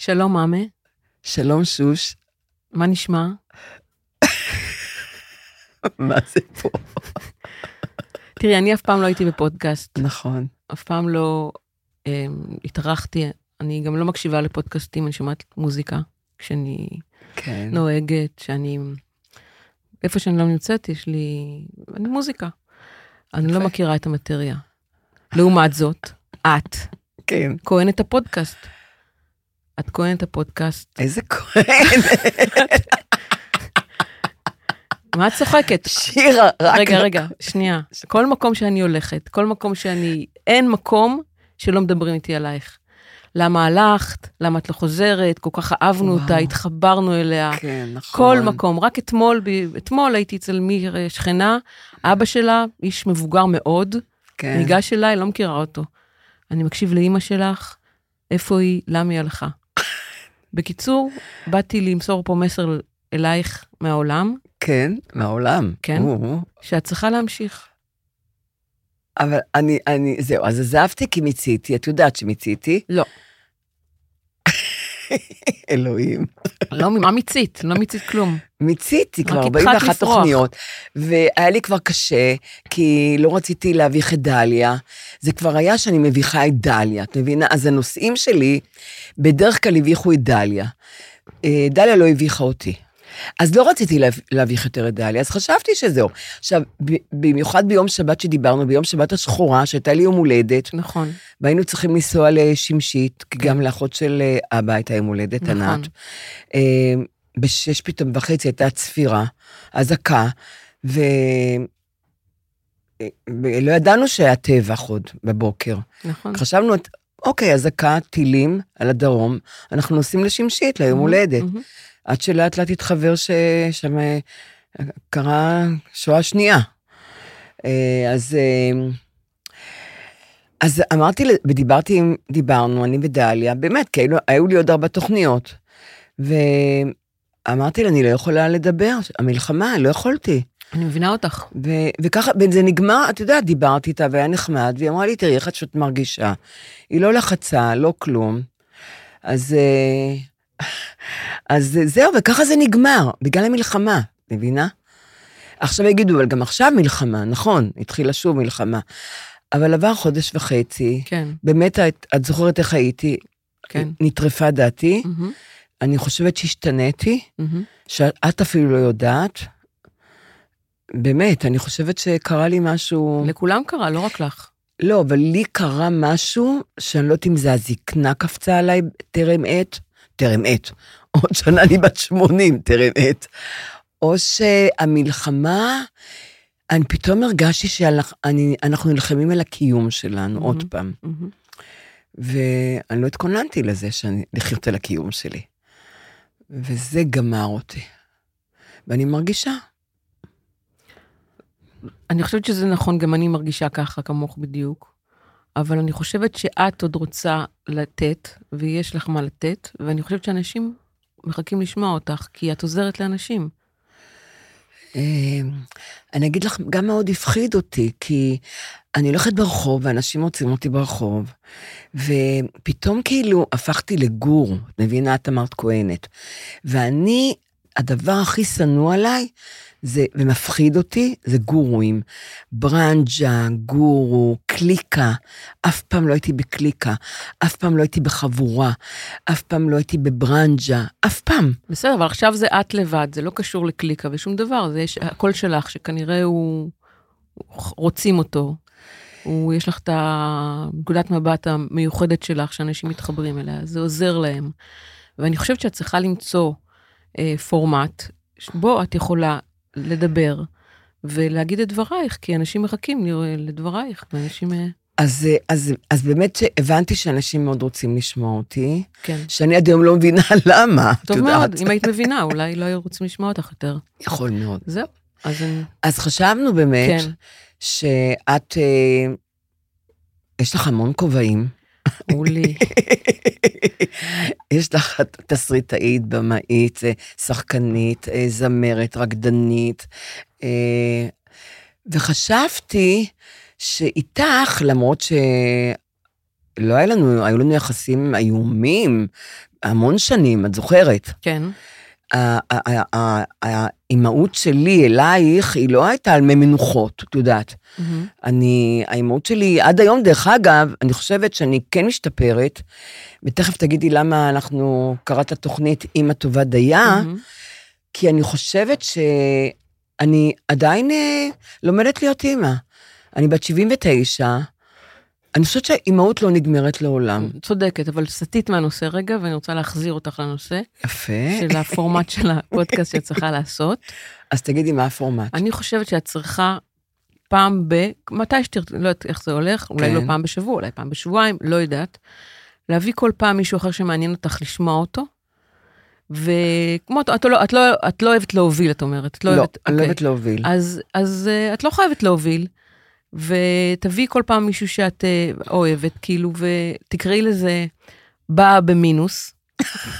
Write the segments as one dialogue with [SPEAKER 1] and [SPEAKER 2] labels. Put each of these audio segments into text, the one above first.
[SPEAKER 1] שלום, מאמה.
[SPEAKER 2] שלום שוש,
[SPEAKER 1] מה נשמע?
[SPEAKER 2] מה זה פה?
[SPEAKER 1] תראי, אני אף פעם לא הייתי בפודקאסט,
[SPEAKER 2] נכון.
[SPEAKER 1] אף פעם לא אה, התארחתי, אני גם לא מקשיבה לפודקאסטים, אני שומעת מוזיקה כשאני
[SPEAKER 2] כן.
[SPEAKER 1] נוהגת, שאני... איפה שאני לא נמצאת, יש לי... אני מוזיקה. אני לא
[SPEAKER 2] יפה.
[SPEAKER 1] מכירה את המטריה. לעומת זאת, את
[SPEAKER 2] כן.
[SPEAKER 1] כהנת הפודקאסט. את כהנת הפודקאסט.
[SPEAKER 2] איזה כהן.
[SPEAKER 1] מה את צוחקת?
[SPEAKER 2] שירה, רק... לא-
[SPEAKER 1] רגע, רגע, שנייה. כל מקום שאני הולכת, כל מקום שאני... אין מקום שלא מדברים איתי עלייך. למה הלכת? למה את לא חוזרת? כל כך אהבנו
[SPEAKER 2] וואו.
[SPEAKER 1] אותה, התחברנו אליה.
[SPEAKER 2] כן, נכון.
[SPEAKER 1] כל מקום. רק אתמול, ב- אתמול הייתי אצל מיר אה, שכנה, אבא שלה, איש מבוגר מאוד,
[SPEAKER 2] כן.
[SPEAKER 1] ניגש אליי, לא מכירה אותו. אני מקשיב לאימא שלך, איפה היא, למה היא הלכה. בקיצור, באתי למסור פה מסר אלייך מהעולם,
[SPEAKER 2] כן, מהעולם.
[SPEAKER 1] כן.
[SPEAKER 2] או,
[SPEAKER 1] שאת צריכה להמשיך.
[SPEAKER 2] אבל אני, אני, זהו, אז עזבתי כי מיציתי, את יודעת שמיציתי.
[SPEAKER 1] לא.
[SPEAKER 2] אלוהים.
[SPEAKER 1] לא, מה מיצית? לא מיצית כלום.
[SPEAKER 2] מיציתי
[SPEAKER 1] רק
[SPEAKER 2] כבר
[SPEAKER 1] התחלת
[SPEAKER 2] 41
[SPEAKER 1] לפרוח.
[SPEAKER 2] תוכניות, והיה לי כבר קשה, כי לא רציתי להביך את דליה. זה כבר היה שאני מביכה את דליה, את מבינה? אז הנושאים שלי בדרך כלל הביכו את דליה. אה, דליה לא הביכה אותי. אז לא רציתי להב- להביך יותר את דליה, אז חשבתי שזהו. עכשיו, ב- במיוחד ביום שבת שדיברנו, ביום שבת השחורה, שהייתה לי יום הולדת,
[SPEAKER 1] נכון.
[SPEAKER 2] והיינו צריכים לנסוע לשמשית, כי גם לאחות של אה, אבא הייתה יום הולדת,
[SPEAKER 1] נכון.
[SPEAKER 2] ענת. אה, בשש פתאום וחצי הייתה צפירה, אזעקה, ו... אה, ולא ידענו שהיה טבח עוד בבוקר.
[SPEAKER 1] נכון.
[SPEAKER 2] חשבנו, אוקיי, אזעקה, טילים על הדרום, אנחנו נוסעים לשמשית, ליום הולדת.
[SPEAKER 1] מהמם.
[SPEAKER 2] עד שלאט לאט התחבר ששם אה, קרה שואה שנייה. אה, אז, אה, אז אמרתי, ל- ודיברתי עם, דיברנו, אני ודליה, באמת, כאילו, היו לי עוד ארבע תוכניות. ואמרתי לה, אני לא יכולה לדבר, המלחמה, לא יכולתי.
[SPEAKER 1] אני מבינה אותך.
[SPEAKER 2] ו- וככה, וזה נגמר, את יודעת, דיברתי איתה והיה נחמד, והיא אמרה לי, תראי איך את פשוט מרגישה. היא לא לחצה, לא כלום. אז, אה, אז אה, זהו, וככה זה נגמר, בגלל המלחמה, מבינה? עכשיו יגידו, אבל גם עכשיו מלחמה, נכון, התחילה שוב מלחמה. אבל עבר חודש וחצי,
[SPEAKER 1] כן,
[SPEAKER 2] באמת, את, את זוכרת איך הייתי?
[SPEAKER 1] כן.
[SPEAKER 2] נטרפה דעתי,
[SPEAKER 1] מהמם,
[SPEAKER 2] אני חושבת שהשתניתי.
[SPEAKER 1] מהמם.
[SPEAKER 2] שאת אפילו לא יודעת. באמת, אני חושבת שקרה לי משהו...
[SPEAKER 1] לכולם קרה, לא רק לך.
[SPEAKER 2] לא, אבל לי קרה משהו שאני לא יודעת אם זה הזקנה קפצה עליי טרם עת, טרם עת, עוד שנה אני בת 80 טרם עת, או שהמלחמה, אני פתאום הרגשתי שאנחנו נלחמים על הקיום שלנו,
[SPEAKER 1] Mhm.
[SPEAKER 2] עוד פעם,
[SPEAKER 1] מהמם.
[SPEAKER 2] ואני לא התכוננתי לזה שאני, לחיות על הקיום שלי. וזה גמר אותי. ואני מרגישה
[SPEAKER 1] אני חושבת שזה נכון, גם אני מרגישה ככה, כמוך בדיוק. אבל אני חושבת שאת עוד רוצה לתת, ויש לך מה לתת, ואני חושבת שאנשים מחכים לשמוע אותך, כי את עוזרת לאנשים.
[SPEAKER 2] אה, אני אגיד לך, גם מאוד הפחיד אותי, כי אני הולכת ברחוב, ואנשים מוצאים אותי ברחוב, ופתאום כאילו הפכתי לגור, את מבינה? את אמרת כהנת. ואני, הדבר הכי שנוא עליי, זה, ומפחיד אותי, זה גורואים. ברנג'ה, גורו, קליקה. אף פעם לא הייתי בקליקה, אף פעם לא הייתי בחבורה, אף פעם לא הייתי בברנג'ה, אף פעם.
[SPEAKER 1] בסדר, אבל עכשיו זה את לבד, זה לא קשור לקליקה ושום דבר, זה יש הקול שלך, שכנראה הוא... רוצים אותו. הוא, יש לך את הנקודת מבט המיוחדת שלך, שאנשים מתחברים אליה, זה עוזר להם. ואני חושבת שאת צריכה למצוא אה, פורמט שבו את יכולה לדבר ולהגיד את דברייך, כי אנשים מחכים ל- לדברייך, ואנשים... אה,
[SPEAKER 2] אז, אה, אז, אז באמת שהבנתי שאנשים מאוד רוצים לשמוע אותי,
[SPEAKER 1] כן.
[SPEAKER 2] שאני עד היום לא מבינה למה, את
[SPEAKER 1] טוב
[SPEAKER 2] יודעת.
[SPEAKER 1] מאוד, אם היית מבינה, אולי לא היו רוצים לשמוע אותך יותר.
[SPEAKER 2] יכול מאוד.
[SPEAKER 1] זהו, אז אני...
[SPEAKER 2] אז חשבנו באמת,
[SPEAKER 1] כן.
[SPEAKER 2] שאת, אה, יש לך המון כובעים.
[SPEAKER 1] אולי.
[SPEAKER 2] יש לך את תסריטאית, במאית, אה, שחקנית, אה, זמרת, רקדנית. אה, וחשבתי לא שאיתך, למרות שלא היה לנו, היו לנו יחסים איומים המון שנים, את זוכרת?
[SPEAKER 1] כן.
[SPEAKER 2] ה- ה- ה- ה- האימהות שלי אלייך, היא לא הייתה על מי מנוחות, את יודעת.
[SPEAKER 1] מהמם.
[SPEAKER 2] אני, האימהות שלי, עד היום, דרך אגב, אני חושבת שאני כן משתפרת, ותכף תגידי למה אנחנו, קראת תוכנית אימא טובה דייה,
[SPEAKER 1] מהמם.
[SPEAKER 2] כי אני חושבת שאני עדיין אה, לומדת להיות אימא. אני בת 79, אני חושבת שהאימהות לא נגמרת לעולם.
[SPEAKER 1] צודקת, אבל סטית מהנושא רגע, ואני רוצה להחזיר אותך לנושא
[SPEAKER 2] יפה.
[SPEAKER 1] של הפורמט של הפודקאסט שאת צריכה לעשות.
[SPEAKER 2] אז תגידי מה הפורמט.
[SPEAKER 1] אני חושבת שאת צריכה פעם ב... מתי שתרצי, לא יודעת איך זה הולך, אולי
[SPEAKER 2] כן.
[SPEAKER 1] לא פעם בשבוע, אולי פעם בשבועיים, לא יודעת. להביא כל פעם מישהו אחר שמעניין אותך לשמוע אותו. וכמו, את, את, לא, את, לא, את לא אוהבת להוביל, את אומרת. את לא,
[SPEAKER 2] לא,
[SPEAKER 1] אוהבת,
[SPEAKER 2] אני לא
[SPEAKER 1] אוקיי.
[SPEAKER 2] אוהבת להוביל.
[SPEAKER 1] אז, אז אה, את לא חייבת להוביל, ותביאי כל פעם מישהו שאת אה, אוהבת, כאילו, ותקראי לזה באה במינוס.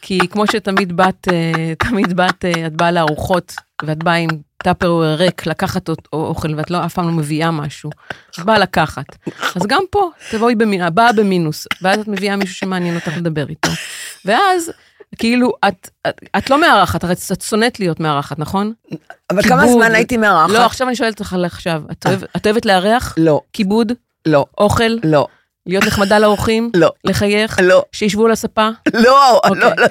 [SPEAKER 1] כי כמו שתמיד באת, אה, תמיד באת, אה, את באה לארוחות, ואת באה עם טאפרוויר ריק לקחת אות- או- אוכל, ואת לא, אף פעם לא מביאה משהו. את באה לקחת. אז גם פה, תבואי במינוס, באה במינוס, ואז את מביאה מישהו שמעניין אותך לדבר איתו. ואז, כאילו, את, את, את לא מארחת, הרי את שונאת להיות מארחת, נכון?
[SPEAKER 2] אבל כמה
[SPEAKER 1] כיבוד.
[SPEAKER 2] זמן הייתי מארחת?
[SPEAKER 1] לא, עכשיו אני שואלת אותך על עכשיו. את,
[SPEAKER 2] אה.
[SPEAKER 1] אוהב, את אוהבת לארח?
[SPEAKER 2] לא,
[SPEAKER 1] כיבוד?
[SPEAKER 2] לא,
[SPEAKER 1] אוכל?
[SPEAKER 2] לא,
[SPEAKER 1] להיות נחמדה לאורחים?
[SPEAKER 2] לא,
[SPEAKER 1] לחייך?
[SPEAKER 2] לא,
[SPEAKER 1] שישבו על הספה?
[SPEAKER 2] לא,
[SPEAKER 1] אוקיי.
[SPEAKER 2] לא, לא,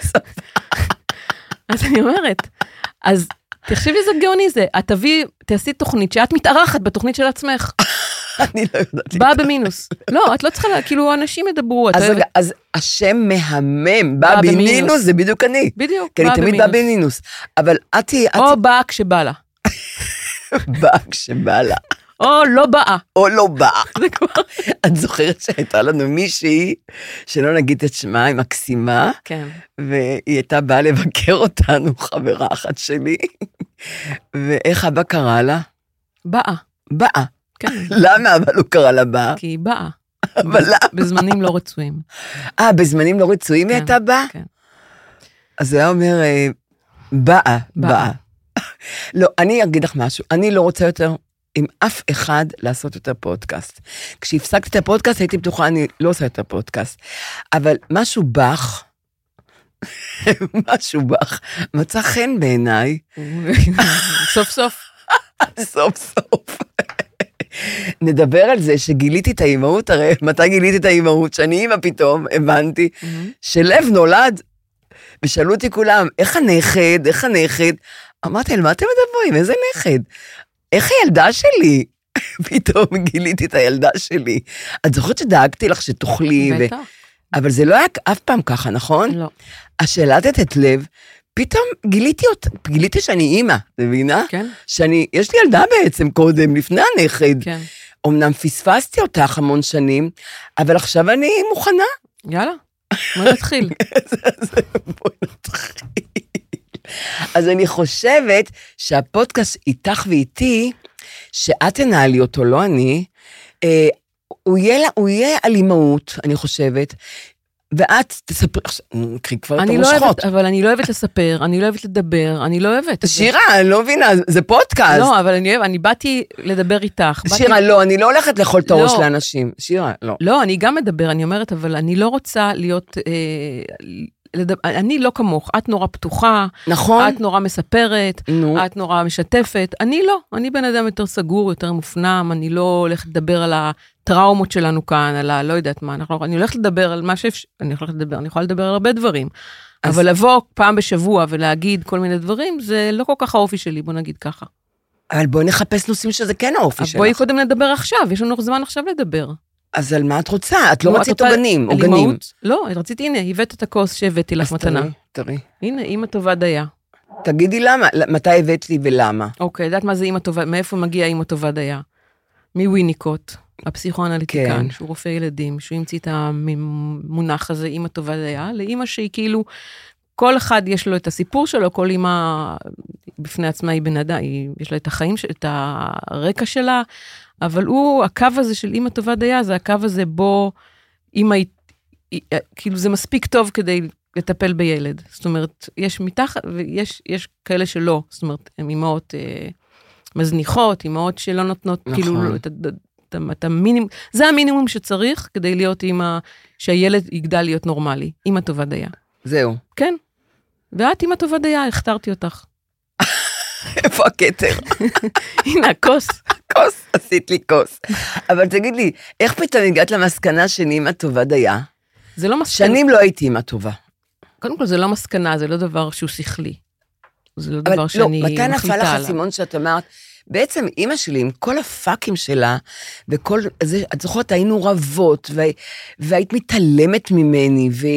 [SPEAKER 1] אז אני אומרת, אז תחשבי איזה גאוני זה. את תביאי, תעשי תוכנית שאת מתארחת בתוכנית של עצמך.
[SPEAKER 2] אני לא יודעת.
[SPEAKER 1] באה במינוס. לא, את לא צריכה, לה- כאילו, אנשים ידברו, את
[SPEAKER 2] אז
[SPEAKER 1] אוהבת.
[SPEAKER 2] רגע, אז השם מהמם,
[SPEAKER 1] בא
[SPEAKER 2] בא
[SPEAKER 1] במינוס.
[SPEAKER 2] בנינוס, זה בדיוק אני.
[SPEAKER 1] בדיוק,
[SPEAKER 2] כי אני
[SPEAKER 1] באה
[SPEAKER 2] תמיד באה
[SPEAKER 1] במינוס.
[SPEAKER 2] בנינוס. אבל את תהיי, את
[SPEAKER 1] או באה כשבא לה,
[SPEAKER 2] באה כשבא לה,
[SPEAKER 1] או לא באה.
[SPEAKER 2] או לא באה.
[SPEAKER 1] זה כבר...
[SPEAKER 2] את זוכרת שהייתה לנו מישהי, שלא נגיד את שמה, היא מקסימה,
[SPEAKER 1] כן.
[SPEAKER 2] והיא הייתה באה לבקר אותנו, חברה אחת שלי, ואיך אבא קרא לה?
[SPEAKER 1] באה.
[SPEAKER 2] באה.
[SPEAKER 1] כן,
[SPEAKER 2] למה אבל הוא קרא לה באה?
[SPEAKER 1] כי היא באה.
[SPEAKER 2] אבל למה?
[SPEAKER 1] בזמנים לא רצויים.
[SPEAKER 2] אה, בזמנים לא רצויים היא
[SPEAKER 1] כן,
[SPEAKER 2] הייתה באה?
[SPEAKER 1] כן.
[SPEAKER 2] אז הוא היה אומר, אה, באה, באה.
[SPEAKER 1] באה.
[SPEAKER 2] לא, אני אגיד לך משהו, אני לא רוצה יותר עם אף אחד לעשות יותר פודקאסט. כשהפסקתי את הפודקאסט הייתי בטוחה, אני לא עושה יותר פודקאסט. אבל משהו בך, משהו בך, מצא חן בעיניי,
[SPEAKER 1] סוף סוף.
[SPEAKER 2] סוף סוף. נדבר על זה שגיליתי את האימהות, הרי מתי גיליתי את האימהות? שאני אימא פתאום, הבנתי, שלב נולד. ושאלו אותי כולם, איך הנכד, איך הנכד? אמרתי, על מה אתם מדברים? איזה נכד? איך הילדה שלי? פתאום גיליתי את הילדה שלי. את זוכרת שדאגתי לך שתאכלי, ו...
[SPEAKER 1] בטח.
[SPEAKER 2] אבל זה לא היה אף פעם ככה, נכון?
[SPEAKER 1] לא.
[SPEAKER 2] אז שאלת לב, פתאום גיליתי אותה, גיליתי שאני אימא, את מבינה?
[SPEAKER 1] כן,
[SPEAKER 2] שאני, יש לי ילדה בעצם קודם, לפני הנכד.
[SPEAKER 1] כן.
[SPEAKER 2] אמנם פספסתי אותך המון שנים, אבל עכשיו אני מוכנה.
[SPEAKER 1] יאללה. בואי נתחיל.
[SPEAKER 2] אז בואי נתחיל. אז אני חושבת שהפודקאסט איתך ואיתי, שאת תנהלי אותו, לא אני, אה, הוא יהיה, לה- הוא יהיה על אימהות, אני חושבת, ואת תספרי, עכשיו, נו, קחי כבר את
[SPEAKER 1] אני לא
[SPEAKER 2] המושכות.
[SPEAKER 1] אוהבת, אבל אני לא אוהבת לספר, אני לא אוהבת לדבר, אני לא אוהבת. את זה.
[SPEAKER 2] שירה, אני לא מבינה, זה פודקאסט.
[SPEAKER 1] לא, אבל אני אוהבת, אני באתי לדבר איתך. באתי-
[SPEAKER 2] שירה, לא, אני לא הולכת לאכול את הראש
[SPEAKER 1] לא.
[SPEAKER 2] לאנשים. שירה, לא.
[SPEAKER 1] לא, אני גם מדבר, אני אומרת, אבל אני לא רוצה להיות... אה, לדבר- אני לא כמוך, את נורא פתוחה,
[SPEAKER 2] נכון?
[SPEAKER 1] את נורא מספרת,
[SPEAKER 2] נו,
[SPEAKER 1] את נורא משתפת. אני לא, אני בן אדם יותר סגור, יותר מופנם, אני לא הולכת לדבר על הטראומות שלנו כאן, על ה... לא יודעת מה, אנחנו, אני הולכת לדבר על מה שאפשר, אני הולכת לדבר, אני יכולה לדבר על הרבה דברים.
[SPEAKER 2] אז-
[SPEAKER 1] אבל לבוא פעם בשבוע ולהגיד כל מיני דברים, זה לא כל כך האופי שלי, בוא נגיד ככה.
[SPEAKER 2] אבל בואי נחפש נושאים שזה כן האופי
[SPEAKER 1] אז
[SPEAKER 2] שלך.
[SPEAKER 1] בואי קודם נדבר עכשיו, יש לנו זמן עכשיו לדבר.
[SPEAKER 2] אז על מה את רוצה? את לא
[SPEAKER 1] נו, את
[SPEAKER 2] רצית
[SPEAKER 1] רוצה
[SPEAKER 2] עוגנים,
[SPEAKER 1] על
[SPEAKER 2] עוגנים.
[SPEAKER 1] אימהות? לא, רציתי, הנה, הבאת את הכוס שהבאתי לך
[SPEAKER 2] אז
[SPEAKER 1] מתנה.
[SPEAKER 2] תראי, תראי.
[SPEAKER 1] הנה, אימא טובה דייה.
[SPEAKER 2] תגידי למה, מתי הבאת לי ולמה.
[SPEAKER 1] אוקיי, יודעת מה זה אימא טובה, מאיפה מגיע אימא טובה דייה? מוויניקוט, הפסיכואנליטיקן,
[SPEAKER 2] כן.
[SPEAKER 1] שהוא רופא ילדים, שהוא המציא את המונח הזה, אימא טובה דייה, לאימא שהיא כאילו, כל אחד יש לו את הסיפור שלו, כל אימא בפני עצמה היא בן אדם, היא- יש לה את החיים, ש- את הרקע שלה, אבל הוא, הקו הזה של אימא טובה דייה, זה הקו הזה בו אימא, היא- היא- כאילו זה מספיק טוב כדי לטפל בילד. זאת אומרת, יש מתחת, ויש יש כאלה שלא, זאת אומרת, הן אימהות אה, מזניחות, אימהות שלא נותנות,
[SPEAKER 2] נכון.
[SPEAKER 1] כאילו, לא- את, הד- אתה, אתה מינימום, זה המינימום שצריך כדי להיות אימא, שהילד יגדל להיות נורמלי, אימא טובה דייה.
[SPEAKER 2] זהו.
[SPEAKER 1] כן. ואת אימא טובה דייה, הכתרתי אותך.
[SPEAKER 2] איפה הכתר?
[SPEAKER 1] הנה, הכוס.
[SPEAKER 2] כוס, עשית לי כוס. אבל תגיד לי, איך פתאום הגעת למסקנה שאני אימא טובה דייה?
[SPEAKER 1] זה לא מסקנה.
[SPEAKER 2] שנים לא הייתי אימא טובה.
[SPEAKER 1] קודם כל, זה לא מסקנה, זה לא דבר שהוא שכלי. זה לא
[SPEAKER 2] אבל
[SPEAKER 1] דבר
[SPEAKER 2] לא,
[SPEAKER 1] שאני
[SPEAKER 2] מתי נפל לך
[SPEAKER 1] מחליטה עליו.
[SPEAKER 2] הסימון שאת אמרת, בעצם אימא שלי, עם כל הפאקים שלה, וכל זה, את זוכרת, היינו רבות, וה, והיית מתעלמת ממני, ו,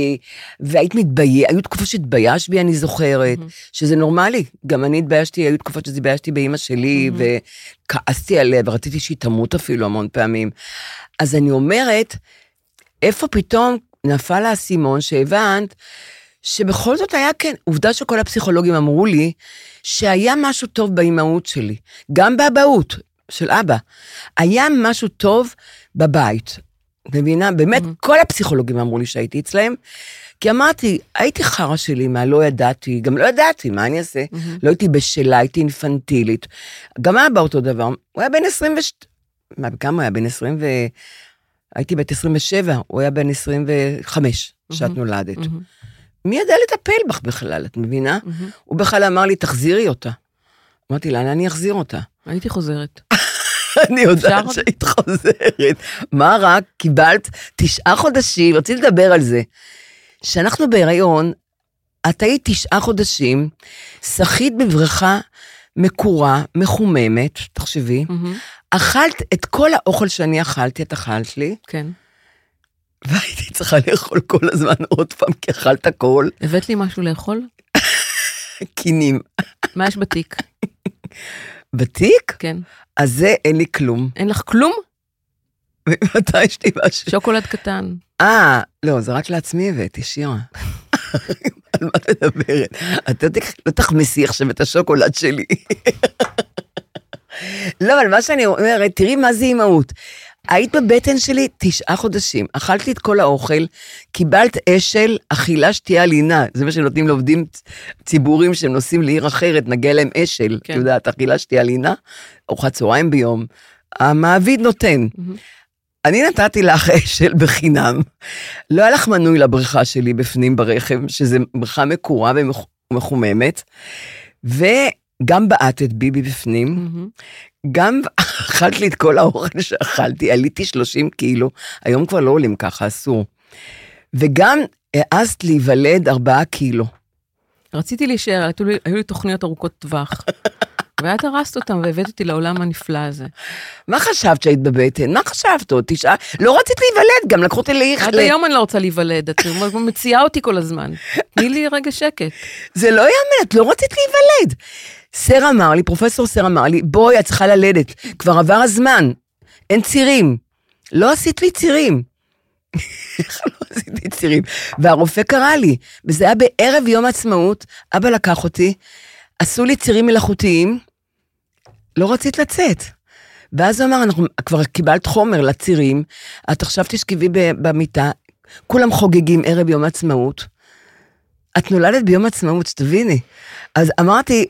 [SPEAKER 2] והיית מתביישת, היו תקופות שהתביישת בי, אני זוכרת, mm-hmm. שזה נורמלי, גם אני התביישתי, היו תקופות שהתביישתי באימא שלי, mm-hmm. וכעסתי עליה, ורציתי שהיא תמות אפילו המון פעמים. אז אני אומרת, איפה פתאום נפל האסימון שהבנת שבכל זאת היה כן, עובדה שכל הפסיכולוגים אמרו לי שהיה משהו טוב באימהות שלי, גם באבהות של אבא, היה משהו טוב בבית. מבינה? באמת, כל הפסיכולוגים אמרו לי שהייתי אצלהם, כי אמרתי, הייתי חרא שלי, מה לא ידעתי, גם לא ידעתי, מה אני אעשה? לא הייתי בשלה, הייתי אינפנטילית. גם אבא אותו דבר, הוא היה בן 22, מה, כמה הוא היה? בן 20 ו... הייתי בת 27, הוא היה בן 25 כשאת
[SPEAKER 1] מהמם,
[SPEAKER 2] נולדת.
[SPEAKER 1] מהמם,
[SPEAKER 2] מי ידע לטפל בך בכלל, את מבינה?
[SPEAKER 1] מהמם.
[SPEAKER 2] הוא בכלל אמר לי, תחזירי אותה. אמרתי, לאן אני אחזיר אותה?
[SPEAKER 1] הייתי חוזרת.
[SPEAKER 2] אני יודעת
[SPEAKER 1] אפשר?
[SPEAKER 2] שהיית חוזרת. מה רק, קיבלת תשעה חודשים, רציתי לדבר על זה. כשאנחנו בהיריון, את היית תשעה חודשים, שחית בבריכה מקורה, מחוממת, תחשבי.
[SPEAKER 1] מהמם,
[SPEAKER 2] אכלת את כל האוכל שאני אכלתי, את אכלת לי,
[SPEAKER 1] כן.
[SPEAKER 2] והייתי צריכה לאכול כל הזמן עוד פעם, כי אכלת הכל,
[SPEAKER 1] הבאת לי משהו לאכול?
[SPEAKER 2] קינים.
[SPEAKER 1] מה יש בתיק?
[SPEAKER 2] בתיק?
[SPEAKER 1] כן.
[SPEAKER 2] אז זה אין לי כלום.
[SPEAKER 1] אין לך כלום?
[SPEAKER 2] ומתי יש לי משהו?
[SPEAKER 1] שוקולד קטן.
[SPEAKER 2] אה, לא, זה רק לעצמי הבאתי, שירה. על מה את מדברת? את לא תק- לא תחמסי עכשיו את השוקולד שלי. לא, אבל מה שאני אומרת, תראי מה זה אימהות. היית בבטן שלי תשעה חודשים, אכלתי את כל האוכל, קיבלת אשל, אכילה, שתייה, לינה. זה מה שנותנים לעובדים צ- ציבוריים שהם נוסעים לעיר אחרת, נגיע להם אשל.
[SPEAKER 1] כן.
[SPEAKER 2] את יודעת, אכילה, שתייה, לינה, ארוחת צהריים ביום. המעביד נותן.
[SPEAKER 1] מהמם.
[SPEAKER 2] אני נתתי לך אשל בחינם. לא היה לך מנוי לבריכה שלי בפנים ברכב, שזה בריכה מקורה ומח- ומחוממת, וגם בעטת בי בפנים,
[SPEAKER 1] מהמם.
[SPEAKER 2] גם אכלת לי את כל האוכל שאכלתי, עליתי 30 קילו, היום כבר לא עולים ככה, אסור. וגם העזת להיוולד 4 קילו.
[SPEAKER 1] רציתי להישאר, היו לי- היו לי תוכניות ארוכות טווח. ואת הרסת אותם והבאת אותי לעולם הנפלא הזה.
[SPEAKER 2] מה חשבת שהיית בבטן? מה חשבת עוד? תשעה? לא רצית להיוולד, גם לקחו אותי לעיר.
[SPEAKER 1] עד היום אני לא רוצה להיוולד, את מציעה אותי כל הזמן. תני לי רגע שקט.
[SPEAKER 2] זה לא יאמן, את לא רצית להיוולד. סר אמר לי, פרופסור סר אמר לי, בואי, את צריכה ללדת, כבר עבר הזמן, אין צירים. לא עשית לי צירים. איך לא עשית לי צירים? והרופא קרא לי, וזה היה בערב יום העצמאות, אבא לקח אותי, עשו לי צירים מלאכותיים, לא רצית לצאת. ואז הוא אמר, אנחנו כבר קיבלת חומר לצירים, את עכשיו תשכבי ב- במיטה, כולם חוגגים ערב יום העצמאות. את נולדת ביום העצמאות, שתביני. אז אמרתי,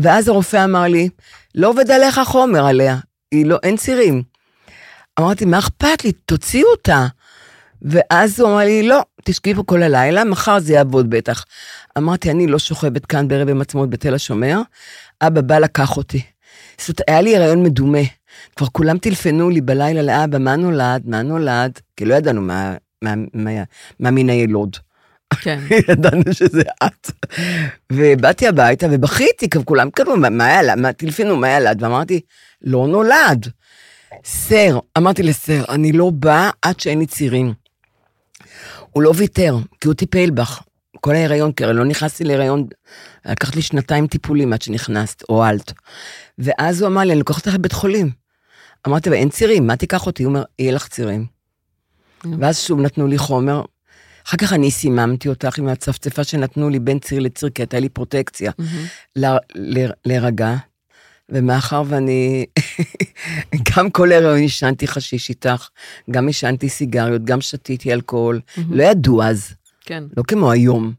[SPEAKER 2] ואז הרופא אמר לי, לא עובד עליך חומר עליה, היא לא, אין צירים. אמרתי, מה אכפת לי? תוציאו אותה. ואז הוא אמר לי, לא, תשכבי פה כל הלילה, מחר זה יעבוד בטח. אמרתי, אני לא שוכבת כאן בערב יום עצמאות בתל השומר, אבא בא לקח אותי. זאת אומרת, היה לי הריון מדומה. כבר כולם טלפנו לי בלילה לאבא, מה נולד, מה נולד, כי לא ידענו מה, מה, מה, מה מן הילוד.
[SPEAKER 1] כן.
[SPEAKER 2] ידענו שזה את. ובאתי הביתה ובכיתי, כי כולם כאילו, "מה- מה ילד? מה, טלפנו, מה ילד? ואמרתי, לא נולד. סר, אמרתי לסר, אני לא באה עד שאין לי צירים. הוא לא ויתר, כי הוא טיפל בך. כל ההיריון, כי הרי לא נכנסתי להיריון, לקח לי שנתיים טיפולים עד שנכנסת, או אלט. ואז הוא אמר לי, אני לוקח אותך לבית חולים. אמרתי לו, אין צירים, מה תיקח אותי? הוא אומר, יהיה לך צירים.
[SPEAKER 1] נו.
[SPEAKER 2] ואז שוב נתנו לי חומר, אחר כך אני סיממתי אותך עם הצפצפה שנתנו לי בין ציר לציר, כי הייתה לי פרוטקציה,
[SPEAKER 1] מהמם.
[SPEAKER 2] ל- ל- להירגע. ומאחר ואני, גם כל הריון עישנתי חשיש איתך, גם עישנתי סיגריות, גם שתיתי אלכוהול,
[SPEAKER 1] מהמם.
[SPEAKER 2] לא ידעו אז,
[SPEAKER 1] כן.
[SPEAKER 2] לא כמו היום.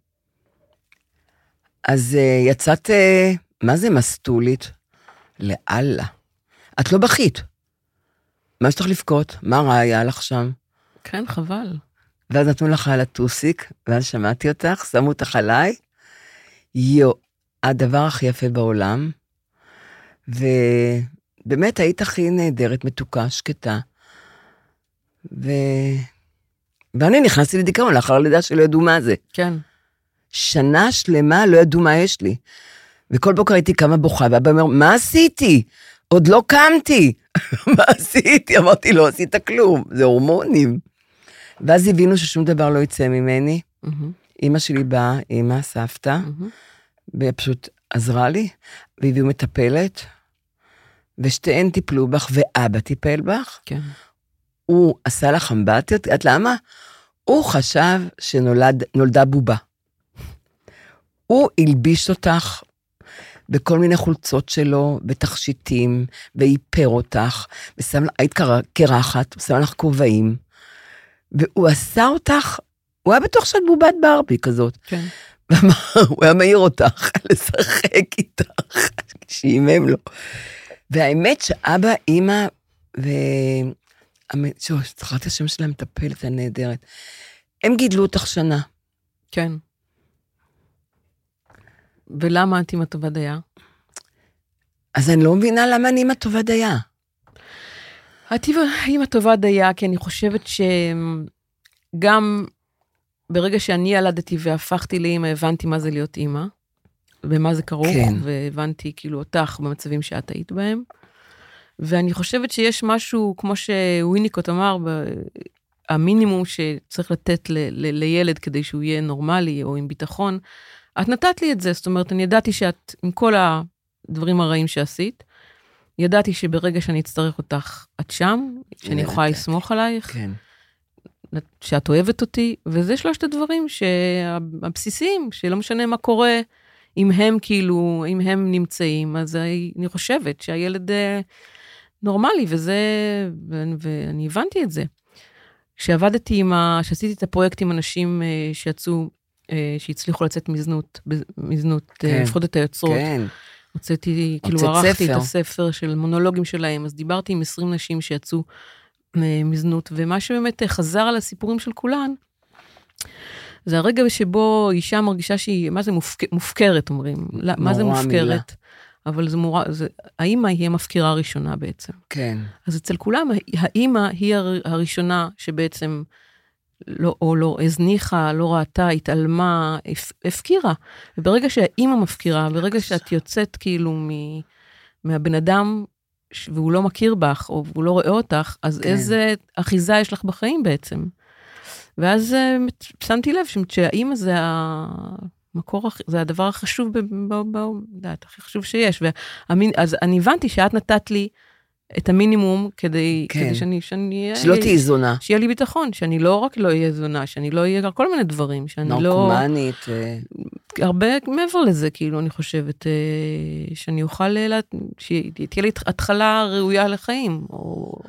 [SPEAKER 2] אז אה, יצאת, אה, מה זה מסטולית? לאללה. את לא בכית. מה יש לך לבכות? מה רע היה לך שם?
[SPEAKER 1] כן, חבל.
[SPEAKER 2] ואז נתנו לך על הטוסיק, ואז שמעתי אותך, שמו אותך עליי. יו, הדבר הכי יפה בעולם. ובאמת היית הכי נהדרת, מתוקה, שקטה. ו... ואני נכנסתי לדיכאון לאחר לידה שלא ידעו מה זה.
[SPEAKER 1] כן.
[SPEAKER 2] שנה שלמה לא ידעו מה יש לי. וכל בוקר הייתי קמה בוכה, ואבא אומר, מה עשיתי? עוד לא קמתי. מה עשיתי? אמרתי, לא עשית כלום, זה הורמונים. ואז הבינו ששום דבר לא יצא ממני.
[SPEAKER 1] מהמם,
[SPEAKER 2] אימא שלי באה, אימא, סבתא,
[SPEAKER 1] מהמם.
[SPEAKER 2] ופשוט עזרה לי, והביאו מטפלת, ושתיהן טיפלו בך, ואבא טיפל בך.
[SPEAKER 1] כן.
[SPEAKER 2] הוא עשה לך אמבטיות, את יודעת למה? הוא חשב שנולדה בובה. הוא הלביש אותך בכל מיני חולצות שלו, בתכשיטים, ואיפר אותך, ושם לך, היית קר- קרחת, הוא שם לך כובעים, והוא עשה אותך, הוא היה בטוח שאת בובת ברבי כזאת.
[SPEAKER 1] כן.
[SPEAKER 2] ואמר, הוא היה מעיר אותך לשחק איתך, שימם לו. והאמת שאבא, אימא, ו... המ- שוב, שכחתי את השם של המטפלת הנהדרת. הם גידלו אותך שנה.
[SPEAKER 1] כן. ולמה את עם הטובה דייר?
[SPEAKER 2] אז אני לא מבינה למה אני אימא טובה דייה.
[SPEAKER 1] את עם- עם הטובה דייה, כי אני חושבת שגם ברגע שאני ילדתי והפכתי לאימא, הבנתי מה זה להיות אימא, ומה זה כרוך,
[SPEAKER 2] כן.
[SPEAKER 1] והבנתי כאילו אותך במצבים שאת היית בהם. ואני חושבת שיש משהו, כמו שוויניקוט אמר, ב- המינימום שצריך לתת ל- ל- לילד כדי שהוא יהיה נורמלי או עם ביטחון, את נתת לי את זה, זאת אומרת, אני ידעתי שאת, עם כל הדברים הרעים שעשית, ידעתי שברגע שאני אצטרך אותך, את שם, שאני
[SPEAKER 2] ידעתי.
[SPEAKER 1] יכולה לסמוך עלייך,
[SPEAKER 2] כן.
[SPEAKER 1] שאת אוהבת אותי, וזה שלושת הדברים שה- הבסיסיים, שלא משנה מה קורה, אם הם כאילו, אם הם נמצאים, אז ה- אני חושבת שהילד אה, נורמלי, וזה, ו- ואני הבנתי את זה. כשעבדתי עם ה... כשעשיתי את הפרויקט עם אנשים אה, שיצאו, אה, שהצליחו לצאת מזנות, בז- מזנות,
[SPEAKER 2] כן.
[SPEAKER 1] אה, לפחות את היוצרות,
[SPEAKER 2] כן.
[SPEAKER 1] הוצאתי, כאילו
[SPEAKER 2] הוצאת
[SPEAKER 1] ערכתי
[SPEAKER 2] ספר.
[SPEAKER 1] את הספר של מונולוגים שלהם, אז דיברתי עם 20 נשים שיצאו אה, מזנות, ומה שבאמת אה, חזר על הסיפורים של כולן, זה הרגע שבו אישה מרגישה שהיא, מה זה מופק, מופקרת, אומרים. לא, מה זה
[SPEAKER 2] נורא המילה.
[SPEAKER 1] מופקרת? אבל זה מורה, זה, האימא היא המפקירה הראשונה בעצם.
[SPEAKER 2] כן.
[SPEAKER 1] אז אצל כולם, האימא היא הר- הראשונה שבעצם לא, או לא הזניחה, לא ראתה, התעלמה, הפ, הפקירה. וברגע שהאימא מפקירה, ברגע שאת יוצאת כאילו מ, מהבן אדם, ש- והוא לא מכיר בך, או הוא לא רואה אותך, אז
[SPEAKER 2] כן.
[SPEAKER 1] כן. איזה אחיזה יש לך בחיים בעצם. ואז אה, שמתי לב שהאימא זה המקור, הכ- זה הדבר החשוב, ב- ב- ב- יודעת, הכי חשוב שיש. והמין, אז אני הבנתי שאת נתת לי את המינימום כדי,
[SPEAKER 2] כן.
[SPEAKER 1] כן. כדי שאני, שאני...
[SPEAKER 2] שלא תהיי זונה.
[SPEAKER 1] שיהיה לי ביטחון, שאני לא רק לא אהיה זונה, שאני לא אהיה כל מיני דברים, שאני לא...
[SPEAKER 2] נרקומנית. אה,
[SPEAKER 1] הרבה מעבר לזה, כאילו, אני חושבת, אה, שאני אוכל... אה, לה- שתהיה לי התחלה ראויה לחיים, או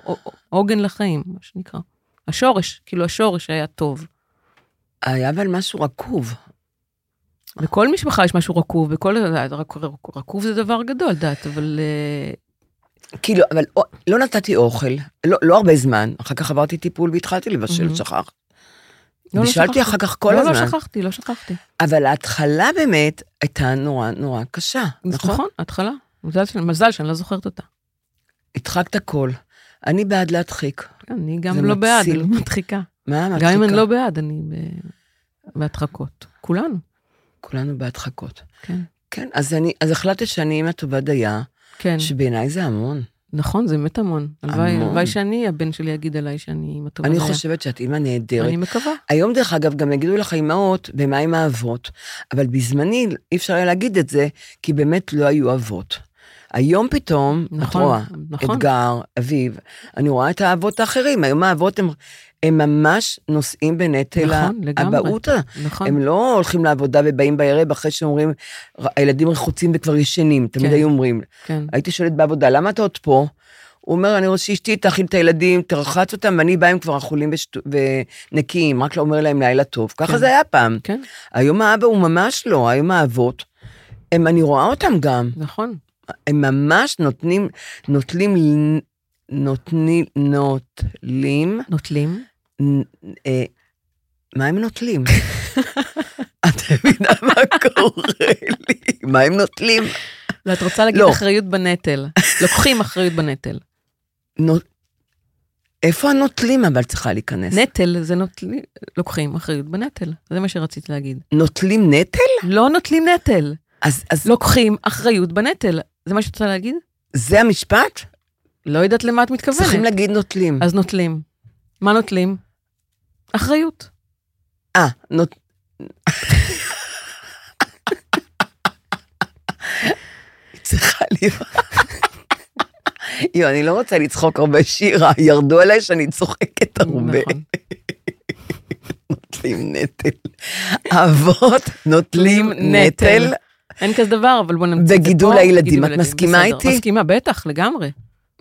[SPEAKER 1] או- או- עוגן לחיים, מה שנקרא. השורש, כאילו, השורש היה טוב.
[SPEAKER 2] היה אבל משהו רקוב.
[SPEAKER 1] בכל משפחה יש משהו רקוב, בכל... אה, רק- רק- רקוב זה דבר גדול, את יודעת, אבל... אה,
[SPEAKER 2] כאילו, אבל או- לא נתתי אוכל, לא, לא הרבה זמן, אחר כך עברתי טיפול והתחלתי לבשל,
[SPEAKER 1] מהמם.
[SPEAKER 2] שכח.
[SPEAKER 1] לא, לא
[SPEAKER 2] ושאלתי
[SPEAKER 1] שכחתי.
[SPEAKER 2] אחר כך כל
[SPEAKER 1] לא,
[SPEAKER 2] הזמן.
[SPEAKER 1] לא שכחתי, לא שכחתי.
[SPEAKER 2] אבל ההתחלה באמת הייתה נורא נורא קשה, נכון?
[SPEAKER 1] נכון, התחלה. מזל שאני- מזל שאני לא זוכרת אותה.
[SPEAKER 2] הדחקת הכל. אני בעד להדחיק.
[SPEAKER 1] אני
[SPEAKER 2] זה
[SPEAKER 1] גם לא בעד,
[SPEAKER 2] מציל.
[SPEAKER 1] אני לא מדחיקה.
[SPEAKER 2] מה מדחיקה?
[SPEAKER 1] גם אם אני לא בעד, אני ב- בהדחקות. כולנו,
[SPEAKER 2] כולנו בהדחקות.
[SPEAKER 1] כן.
[SPEAKER 2] כן, אז, אני, אז החלטתי שאני אימא טובה דייה,
[SPEAKER 1] כן,
[SPEAKER 2] שבעיניי זה המון.
[SPEAKER 1] נכון, זה באמת המון. הלוואי
[SPEAKER 2] המון.
[SPEAKER 1] הלוואי שאני, הבן שלי יגיד עליי שאני עם הטובה.
[SPEAKER 2] אני
[SPEAKER 1] דייה.
[SPEAKER 2] חושבת שאת אימא נהדרת.
[SPEAKER 1] אני מקווה.
[SPEAKER 2] היום, דרך אגב, גם יגידו לך אימהות, ומה עם האבות? אבל בזמני אי אפשר היה להגיד את זה, כי באמת לא היו אבות. היום פתאום, את
[SPEAKER 1] נכון,
[SPEAKER 2] רואה,
[SPEAKER 1] נכון.
[SPEAKER 2] אתגר, אביב, אני רואה את האבות האחרים, היום האבות הם, הם ממש נושאים בנטל
[SPEAKER 1] נכון, לגמרי.
[SPEAKER 2] האבהות.
[SPEAKER 1] נכון,
[SPEAKER 2] הם לא הולכים לעבודה ובאים בערב אחרי שאומרים, "ר- הילדים רחוצים וכבר ישנים, תמיד
[SPEAKER 1] כן.
[SPEAKER 2] היו אומרים.
[SPEAKER 1] כן.
[SPEAKER 2] הייתי שואלת בעבודה, למה אתה עוד פה? הוא אומר, אני רוצה שאשתי תאכיל את הילדים, תרחץ אותם, ואני באה עם כבר אכולים ושט... ונקיים, רק לא אומר להם לילה טוב. ככה
[SPEAKER 1] כן.
[SPEAKER 2] זה היה פעם.
[SPEAKER 1] כן,
[SPEAKER 2] היום האבא הוא ממש לא, היום האבות, הם, אני רואה אותם גם,
[SPEAKER 1] נכון.
[SPEAKER 2] הם ממש נותנים, נוטלים ל- נותני, נוטלים,
[SPEAKER 1] נוטלים?
[SPEAKER 2] נ- אה, מה הם נוטלים? אתה מבינה מה קורה לי? מה הם נוטלים?
[SPEAKER 1] לא, את רוצה להגיד
[SPEAKER 2] לא.
[SPEAKER 1] אחריות בנטל. לוקחים אחריות בנטל.
[SPEAKER 2] נות- איפה הנוטלים אבל צריכה להיכנס?
[SPEAKER 1] נטל זה נוטלים, לוקחים אחריות בנטל. זה מה שרצית להגיד.
[SPEAKER 2] נוטלים נטל?
[SPEAKER 1] לא נוטלים נטל,
[SPEAKER 2] אז אז
[SPEAKER 1] לוקחים אחריות בנטל. זה מה שאת רוצה להגיד?
[SPEAKER 2] זה המשפט?
[SPEAKER 1] לא יודעת למה את מתכוונת.
[SPEAKER 2] צריכים להגיד נוטלים.
[SPEAKER 1] אז נוטלים. מה נוטלים? אחריות.
[SPEAKER 2] אה, נות... צריכה להיות... יואו, אני לא רוצה לצחוק הרבה שירה, ירדו עליי שאני צוחקת הרבה.
[SPEAKER 1] נכון.
[SPEAKER 2] נוטלים נטל. אבות נוטלים נטל.
[SPEAKER 1] אין כזה דבר, אבל בוא נמצא את זה פה.
[SPEAKER 2] בגידול הילדים.
[SPEAKER 1] בגידול
[SPEAKER 2] את מסכימה
[SPEAKER 1] בסדר.
[SPEAKER 2] איתי?
[SPEAKER 1] מסכימה, בטח, לגמרי.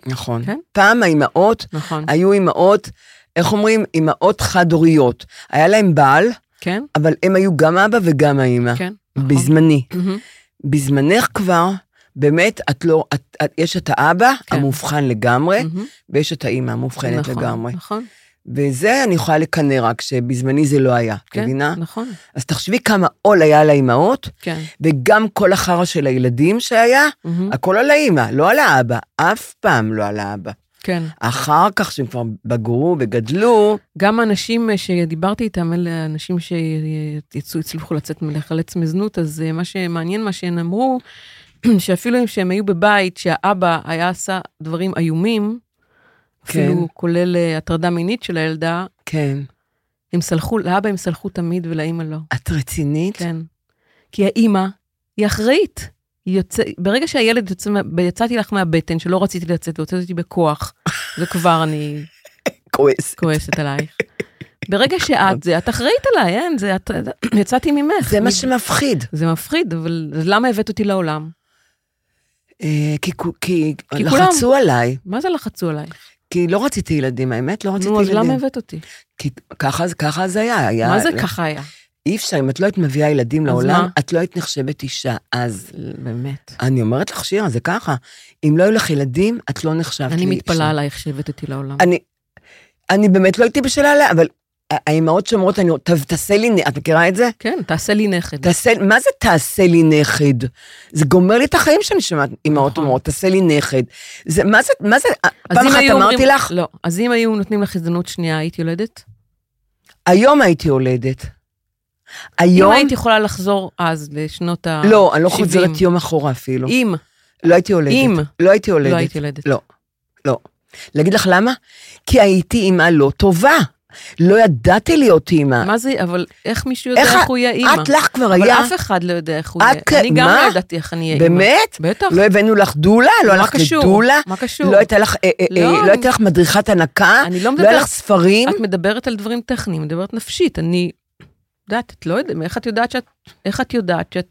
[SPEAKER 2] נכון.
[SPEAKER 1] כן.
[SPEAKER 2] פעם האימהות
[SPEAKER 1] נכון.
[SPEAKER 2] היו אימהות, איך אומרים? אימהות חד-הוריות. היה להם בעל,
[SPEAKER 1] כן?
[SPEAKER 2] אבל הם היו גם אבא וגם האימא.
[SPEAKER 1] כן. נכון.
[SPEAKER 2] בזמני.
[SPEAKER 1] מהמם.
[SPEAKER 2] בזמנך כבר, באמת, את לא, את, את, יש את האבא
[SPEAKER 1] כן.
[SPEAKER 2] כן. המאובחן לגמרי,
[SPEAKER 1] מהמם.
[SPEAKER 2] ויש את האימא המאובחנת
[SPEAKER 1] נכון,
[SPEAKER 2] לגמרי.
[SPEAKER 1] נכון,
[SPEAKER 2] וזה אני יכולה לקנא רק, שבזמני זה לא היה, את
[SPEAKER 1] כן,
[SPEAKER 2] מבינה?
[SPEAKER 1] נכון,
[SPEAKER 2] אז תחשבי כמה עול היה על האימהות,
[SPEAKER 1] כן.
[SPEAKER 2] וגם כל החרא של הילדים שהיה,
[SPEAKER 1] מהמם.
[SPEAKER 2] הכל על האימא, לא על האבא, אף פעם לא על האבא.
[SPEAKER 1] כן.
[SPEAKER 2] אחר כך, שהם כבר בגרו וגדלו,
[SPEAKER 1] גם האנשים אה, שדיברתי איתם, אלה אנשים שיצאו, הצליחו לצאת מלחלץ מזנות, אז אה, מה שמעניין, מה שהם אמרו, שאפילו אם שהם היו בבית, שהאבא היה עשה דברים איומים, אפילו כולל אה, הטרדה מינית של הילדה,
[SPEAKER 2] כן.
[SPEAKER 1] הם סלחו, לאבא הם סלחו תמיד ולאימא לא.
[SPEAKER 2] את רצינית?
[SPEAKER 1] כן. כי האימא היא אחראית. היא יוצא, ברגע שהילד יוצא, מה- ב- יצאתי לך מהבטן, שלא רציתי לצאת והוצאת אותי בכוח, זה כבר אני
[SPEAKER 2] כועס.
[SPEAKER 1] כועסת עלייך. ברגע שאת זה, את אחראית עליי, אין, זה את, יצאתי ממך.
[SPEAKER 2] זה מה
[SPEAKER 1] אני-
[SPEAKER 2] שמפחיד.
[SPEAKER 1] זה מפחיד, אבל למה הבאת אותי לעולם?
[SPEAKER 2] אה, כי, כו- כי,
[SPEAKER 1] כי
[SPEAKER 2] כי
[SPEAKER 1] כולם-
[SPEAKER 2] לחצו עליי,
[SPEAKER 1] מה זה לחצו עלייך?
[SPEAKER 2] כי לא רציתי ילדים, האמת, לא רציתי
[SPEAKER 1] נו, אז
[SPEAKER 2] ילדים.
[SPEAKER 1] למה הבאת אותי?
[SPEAKER 2] כי ככה, זה- ככה זה היה, היה...
[SPEAKER 1] מה זה ככה היה?
[SPEAKER 2] אי אפשר, אם את לא היית מביאה ילדים
[SPEAKER 1] אז
[SPEAKER 2] לעולם,
[SPEAKER 1] מה?
[SPEAKER 2] את לא היית נחשבת אישה אז.
[SPEAKER 1] באמת.
[SPEAKER 2] אני אומרת לך, שירה, זה ככה. אם לא היו לך ילדים, את לא נחשבת לי
[SPEAKER 1] אני מתפלאה
[SPEAKER 2] אישה.
[SPEAKER 1] עלייך שהבאת אותי לעולם.
[SPEAKER 2] אני, אני באמת לא הייתי בשאלה עליה, אבל ה- האימהות שאומרות, אני, "ת- תעשה לי, נ-" את מכירה את זה?
[SPEAKER 1] כן, תעשה לי נכד.
[SPEAKER 2] תעשה, מה זה תעשה לי נכד? זה גומר לי את החיים שאני שומעת אימהות
[SPEAKER 1] נכון.
[SPEAKER 2] אומרות, תעשה לי נכד. זה, מה זה, מה זה,
[SPEAKER 1] אז
[SPEAKER 2] פעם
[SPEAKER 1] אם
[SPEAKER 2] אחת
[SPEAKER 1] היו
[SPEAKER 2] אמרתי
[SPEAKER 1] אומרים-
[SPEAKER 2] לך,
[SPEAKER 1] לא. אז אם היו נותנים לך הזדמנות שנייה, היית יולדת?
[SPEAKER 2] היום הייתי יולדת.
[SPEAKER 1] אם
[SPEAKER 2] היום?
[SPEAKER 1] היית יכולה לחזור אז לשנות ה...
[SPEAKER 2] לא, אני לא
[SPEAKER 1] 70.
[SPEAKER 2] חוזרת יום אחורה אפילו.
[SPEAKER 1] אם
[SPEAKER 2] לא הייתי יולדת.
[SPEAKER 1] אם.
[SPEAKER 2] לא הייתי יולדת.
[SPEAKER 1] לא היית יולדת.
[SPEAKER 2] לא, לא. להגיד לך למה? כי הייתי אימא לא טובה. לא ידעתי להיות אימא.
[SPEAKER 1] מה זה, אבל איך מישהו יודע
[SPEAKER 2] אה. איך
[SPEAKER 1] איך
[SPEAKER 2] ה-
[SPEAKER 1] הוא יהיה אימא?
[SPEAKER 2] את לך כבר
[SPEAKER 1] אבל
[SPEAKER 2] היה,
[SPEAKER 1] אף אחד לא יודע איך הוא
[SPEAKER 2] את
[SPEAKER 1] יהיה.
[SPEAKER 2] כ-
[SPEAKER 1] אני גם
[SPEAKER 2] מה?
[SPEAKER 1] לא ידעתי איך אני אהיה אימא.
[SPEAKER 2] באמת?
[SPEAKER 1] בטח.
[SPEAKER 2] לא הבאנו לך דולה? לא
[SPEAKER 1] מה
[SPEAKER 2] הלכת
[SPEAKER 1] קשור?
[SPEAKER 2] לדולה?
[SPEAKER 1] מה קשור?
[SPEAKER 2] לא הייתה לך, אה, אה,
[SPEAKER 1] לא.
[SPEAKER 2] אה, לא הייתה לך מדריכת הנקה?
[SPEAKER 1] אני לא
[SPEAKER 2] לא היה
[SPEAKER 1] מדברת,
[SPEAKER 2] לך ספרים?
[SPEAKER 1] את מדברת על דברים טכניים, מדברת נפשית. אני יודעת, את לא יודעת, איך את יודעת שאת, איך את יודעת שאת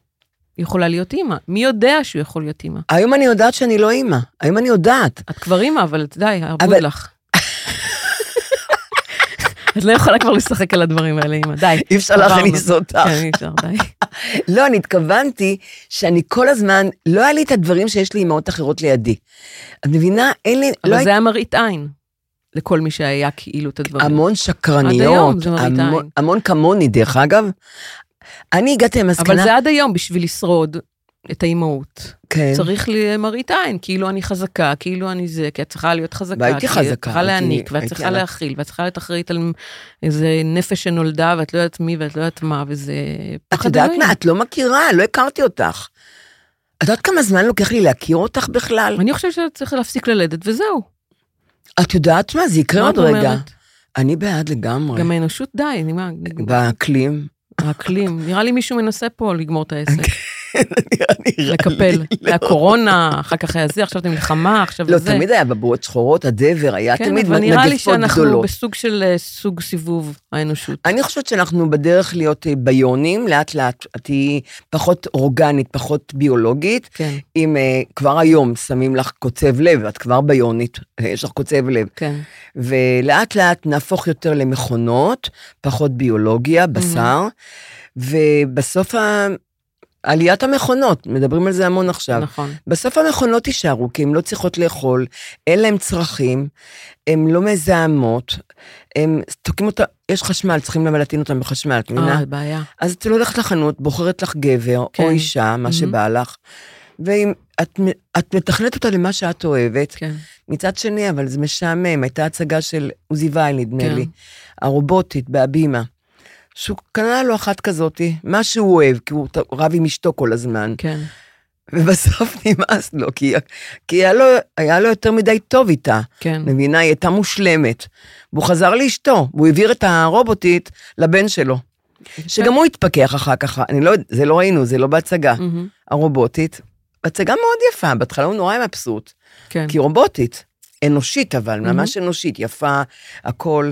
[SPEAKER 1] יכולה להיות אימא? מי יודע שהוא יכול להיות אימא?
[SPEAKER 2] היום אני יודעת שאני לא אימא. היום אני יודעת.
[SPEAKER 1] את כבר אימא, אבל את די, ארבוד
[SPEAKER 2] אבל-
[SPEAKER 1] לך. את לא יכולה כבר לשחק על הדברים האלה, אימא, די.
[SPEAKER 2] אי אפשר
[SPEAKER 1] עברנו.
[SPEAKER 2] להכניס אותך.
[SPEAKER 1] כן, אי אפשר, די.
[SPEAKER 2] לא, אני התכוונתי שאני כל הזמן, לא היה לי את הדברים שיש לי אמהות אחרות לידי. את מבינה? אין לי, לא
[SPEAKER 1] אבל זה
[SPEAKER 2] הייתי
[SPEAKER 1] היה מראית עין לכל מי שהיה כאילו את הדברים.
[SPEAKER 2] המון
[SPEAKER 1] עד היום
[SPEAKER 2] שקרניות,
[SPEAKER 1] זה מראית
[SPEAKER 2] המון-
[SPEAKER 1] עין.
[SPEAKER 2] המון כמוני דרך אגב. אני הגעתי
[SPEAKER 1] אבל
[SPEAKER 2] למסקנה,
[SPEAKER 1] זה עד היום בשביל לשרוד את האימהות.
[SPEAKER 2] כן,
[SPEAKER 1] צריך לי מראית עין, כאילו אני חזקה, כאילו אני זה, כי את צריכה להיות חזקה.
[SPEAKER 2] והייתי
[SPEAKER 1] כי את
[SPEAKER 2] חזקה,
[SPEAKER 1] צריכה
[SPEAKER 2] הייתי-
[SPEAKER 1] להעניק, ואת
[SPEAKER 2] הייתי
[SPEAKER 1] צריכה
[SPEAKER 2] ענק.
[SPEAKER 1] להכיל, ואת צריכה להיות אחראית על איזה נפש שנולדה, ואת לא יודעת מי ואת לא יודעת מה, וזה
[SPEAKER 2] את
[SPEAKER 1] פחד
[SPEAKER 2] יודעת
[SPEAKER 1] אלוהים.
[SPEAKER 2] מה? את לא מכירה, לא הכרתי אותך. את יודעת כמה זמן לוקח לי להכיר אותך בכלל?
[SPEAKER 1] אני חושבת שאת צריכה להפסיק ללדת, וזהו.
[SPEAKER 2] את יודעת מה? זה יקרה
[SPEAKER 1] מה את
[SPEAKER 2] עוד רגע.
[SPEAKER 1] אומרת?
[SPEAKER 2] אני בעד לגמרי.
[SPEAKER 1] גם האנושות די, נגמר, נגמר.
[SPEAKER 2] באקלים.
[SPEAKER 1] האקלים. נראה לי מישהו מנסה פה לגמור את העסק,
[SPEAKER 2] לי,
[SPEAKER 1] לקפל.
[SPEAKER 2] לא.
[SPEAKER 1] היה קורונה, אחר כך היה זה, עכשיו זה מלחמה, עכשיו
[SPEAKER 2] לא,
[SPEAKER 1] זה.
[SPEAKER 2] תמיד היה בבועות שחורות, הדבר, היה
[SPEAKER 1] כן,
[SPEAKER 2] תמיד
[SPEAKER 1] אבל נראה לי
[SPEAKER 2] מגפות
[SPEAKER 1] שאנחנו
[SPEAKER 2] גדולות.
[SPEAKER 1] בסוג של אה, סוג סיבוב האנושות.
[SPEAKER 2] אני חושבת שאנחנו בדרך להיות אה, ביונים, לאט לאט את תהיי פחות אורגנית, פחות ביולוגית.
[SPEAKER 1] כן,
[SPEAKER 2] אם אה, כבר היום שמים לך קוצב לב, את כבר ביונית, אה, יש לך קוצב לב.
[SPEAKER 1] כן.
[SPEAKER 2] ולאט לאט נהפוך יותר למכונות, פחות ביולוגיה, בשר, ובסוף ה... עליית המכונות, מדברים על זה המון עכשיו.
[SPEAKER 1] נכון.
[SPEAKER 2] בסוף המכונות יישארו, כי הן לא צריכות לאכול, אין להן צרכים, הן לא מזהמות, הן תוקעים אותה, יש חשמל, צריכים למה להטעין אותם בחשמל, את מבינה?
[SPEAKER 1] אה, בעיה.
[SPEAKER 2] אז את לא הולכת לחנות, בוחרת לך גבר
[SPEAKER 1] כן.
[SPEAKER 2] או אישה, מה
[SPEAKER 1] Mhm.
[SPEAKER 2] שבא לך, ואם את, מ- את מתכנת אותה למה שאת אוהבת,
[SPEAKER 1] כן.
[SPEAKER 2] מצד שני, אבל זה משעמם, הייתה הצגה של עוזי וייל, נדמה
[SPEAKER 1] כן.
[SPEAKER 2] לי, הרובוטית בהבימה, שהוא קנה לו אחת כזאתי, מה שהוא אוהב, כי הוא ת- רב עם אשתו כל הזמן.
[SPEAKER 1] כן.
[SPEAKER 2] ובסוף נמאס לו, כי, כי היה, לו, היה לו יותר מדי טוב איתה,
[SPEAKER 1] כן.
[SPEAKER 2] מבינה? היא הייתה מושלמת. והוא חזר לאשתו, והוא העביר את הרובוטית לבן שלו, שגם הוא התפכח אחר כך, אני לא, יודע- זה לא ראינו, זה לא בהצגה,
[SPEAKER 1] מהמם,
[SPEAKER 2] הרובוטית. הצגה מאוד יפה, בהתחלה הוא נורא היה מבסוט,
[SPEAKER 1] כן. Mm-hmm.
[SPEAKER 2] כי היא רובוטית, אנושית אבל, ממש אנושית, יפה, הכל,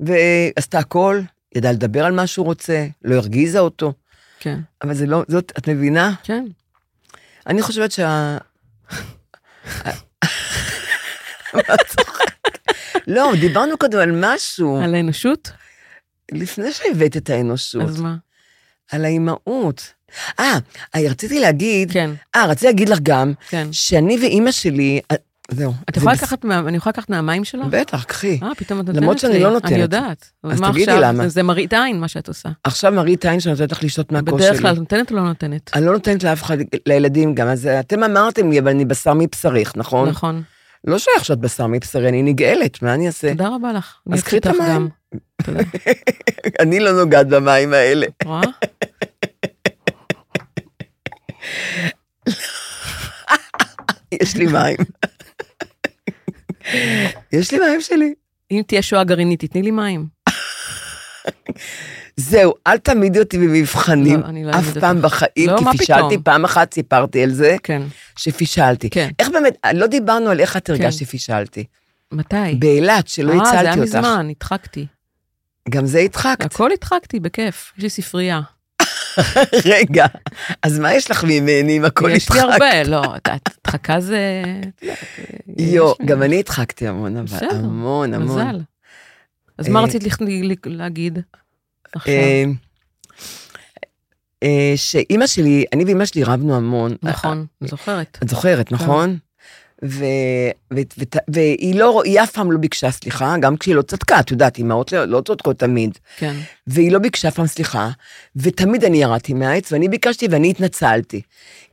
[SPEAKER 2] ועשתה הכל, ידעה לדבר על מה שהוא רוצה, לא הרגיזה אותו,
[SPEAKER 1] כן.
[SPEAKER 2] אבל זה לא, זאת, את מבינה?
[SPEAKER 1] כן.
[SPEAKER 2] אני חושבת שה... לא, דיברנו קודם על משהו,
[SPEAKER 1] על האנושות?
[SPEAKER 2] לפני שהבאת את האנושות,
[SPEAKER 1] אז מה?
[SPEAKER 2] על האימהות. אה, אה, רציתי להגיד,
[SPEAKER 1] כן.
[SPEAKER 2] אה, רציתי להגיד לך גם,
[SPEAKER 1] כן.
[SPEAKER 2] שאני ואימא שלי, אה, זהו.
[SPEAKER 1] את
[SPEAKER 2] זה
[SPEAKER 1] יכולה
[SPEAKER 2] בס-
[SPEAKER 1] לקחת, מה- אני יכולה לקחת מהמים שלך?
[SPEAKER 2] בטח, קחי.
[SPEAKER 1] אה, פתאום את נותנת לי.
[SPEAKER 2] למרות שאני לא נותנת.
[SPEAKER 1] אני יודעת.
[SPEAKER 2] אז
[SPEAKER 1] מה
[SPEAKER 2] תגידי
[SPEAKER 1] עכשיו?
[SPEAKER 2] למה.
[SPEAKER 1] זה מראית עין מה שאת עושה.
[SPEAKER 2] עכשיו מרית איינשטיין נותנת לך לשתות מהכוס שלי.
[SPEAKER 1] בדרך כלל נותנת או לא נותנת?
[SPEAKER 2] אני לא נותנת לאף אחד, לילדים גם, אז אתם אמרתם לי, אבל אני בשר מבשרך, נכון?
[SPEAKER 1] נכון.
[SPEAKER 2] לא שייך שאת בשר מבשרי, אני נגאלת, מה אני אעשה?
[SPEAKER 1] תודה רבה לך. אני
[SPEAKER 2] אז קחי את
[SPEAKER 1] אוהבת אותך
[SPEAKER 2] המים.
[SPEAKER 1] גם. תודה.
[SPEAKER 2] אני לא נוגעת במים האלה.
[SPEAKER 1] רואה?
[SPEAKER 2] יש לי מים. יש לי מים שלי.
[SPEAKER 1] אם תהיה שואה גרעינית, תתני לי מים.
[SPEAKER 2] זהו, אל תעמידי אותי במבחנים.
[SPEAKER 1] לא, אני לא
[SPEAKER 2] אף
[SPEAKER 1] אעמיד
[SPEAKER 2] פעם
[SPEAKER 1] אותך.
[SPEAKER 2] בחיים,
[SPEAKER 1] לא, מה
[SPEAKER 2] כי פישלתי
[SPEAKER 1] פתאום?
[SPEAKER 2] פעם אחת, סיפרתי על זה,
[SPEAKER 1] כן.
[SPEAKER 2] שפישלתי.
[SPEAKER 1] כן.
[SPEAKER 2] איך באמת, לא דיברנו על איך את הרגשת שפישלתי.
[SPEAKER 1] מתי?
[SPEAKER 2] באילת, שלא
[SPEAKER 1] אה, זה
[SPEAKER 2] לא הצלתי
[SPEAKER 1] היה
[SPEAKER 2] אותך.
[SPEAKER 1] מזמן, הדחקתי.
[SPEAKER 2] גם זה הדחקת.
[SPEAKER 1] הכל הדחקתי, בכיף. יש לי ספרייה.
[SPEAKER 2] רגע, אז מה יש לך ממני אם הכל
[SPEAKER 1] יש לי
[SPEAKER 2] הדחקת?
[SPEAKER 1] הרבה, לא, את- את- הדחקה זה... את יודעת, יש
[SPEAKER 2] יו,
[SPEAKER 1] לי.
[SPEAKER 2] גם אני הדחקתי המון, אבל
[SPEAKER 1] בסדר,
[SPEAKER 2] המון, המון.
[SPEAKER 1] מזל. אז מה
[SPEAKER 2] אה,
[SPEAKER 1] רצית לכ- ל- להגיד? עכשיו?
[SPEAKER 2] אה, אה, שאימא שלי, אני ואימא שלי רבנו המון. אה,
[SPEAKER 1] נכון, כן. אני זוכרת.
[SPEAKER 2] את זוכרת, נכון? ו, ו, ו, והיא לא, היא אף פעם לא ביקשה סליחה, גם כשהיא לא צדקה, את יודעת, אמהות לא, לא צודקות תמיד.
[SPEAKER 1] כן,
[SPEAKER 2] והיא לא ביקשה אף פעם סליחה, ותמיד אני ירדתי מהעץ, ואני ביקשתי ואני התנצלתי. היא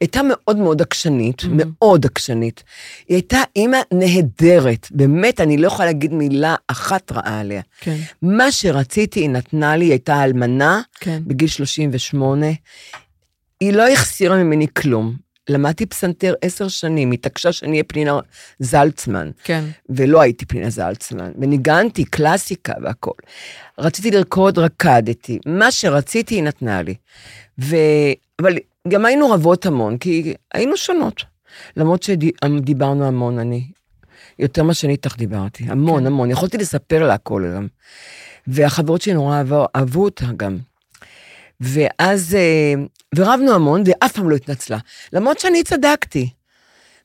[SPEAKER 2] הייתה מאוד מאוד עקשנית, mm-hmm. מאוד עקשנית. היא הייתה אימא נהדרת, באמת, אני לא יכולה להגיד מילה אחת רעה עליה.
[SPEAKER 1] כן,
[SPEAKER 2] מה שרציתי היא נתנה לי, היא הייתה אלמנה,
[SPEAKER 1] כן.
[SPEAKER 2] בגיל 38. היא לא החסירה ממני כלום. למדתי פסנתר עשר שנים, היא התעקשה שאני אהיה פנינה זלצמן,
[SPEAKER 1] כן,
[SPEAKER 2] ולא הייתי פנינה זלצמן, וניגנתי קלאסיקה והכול. רציתי לרקוד, רקדתי. מה שרציתי, היא נתנה לי. ו... אבל גם היינו רבות המון, כי היינו שונות. למרות שדיברנו המון, אני... יותר ממה שאני איתך דיברתי, המון,
[SPEAKER 1] כן.
[SPEAKER 2] המון. יכולתי לספר לה הכל גם. והחברות שלי נורא אהבו, אהבו אותה גם. ואז, אה, ורבנו המון, והיא אף פעם לא התנצלה. למרות שאני צדקתי.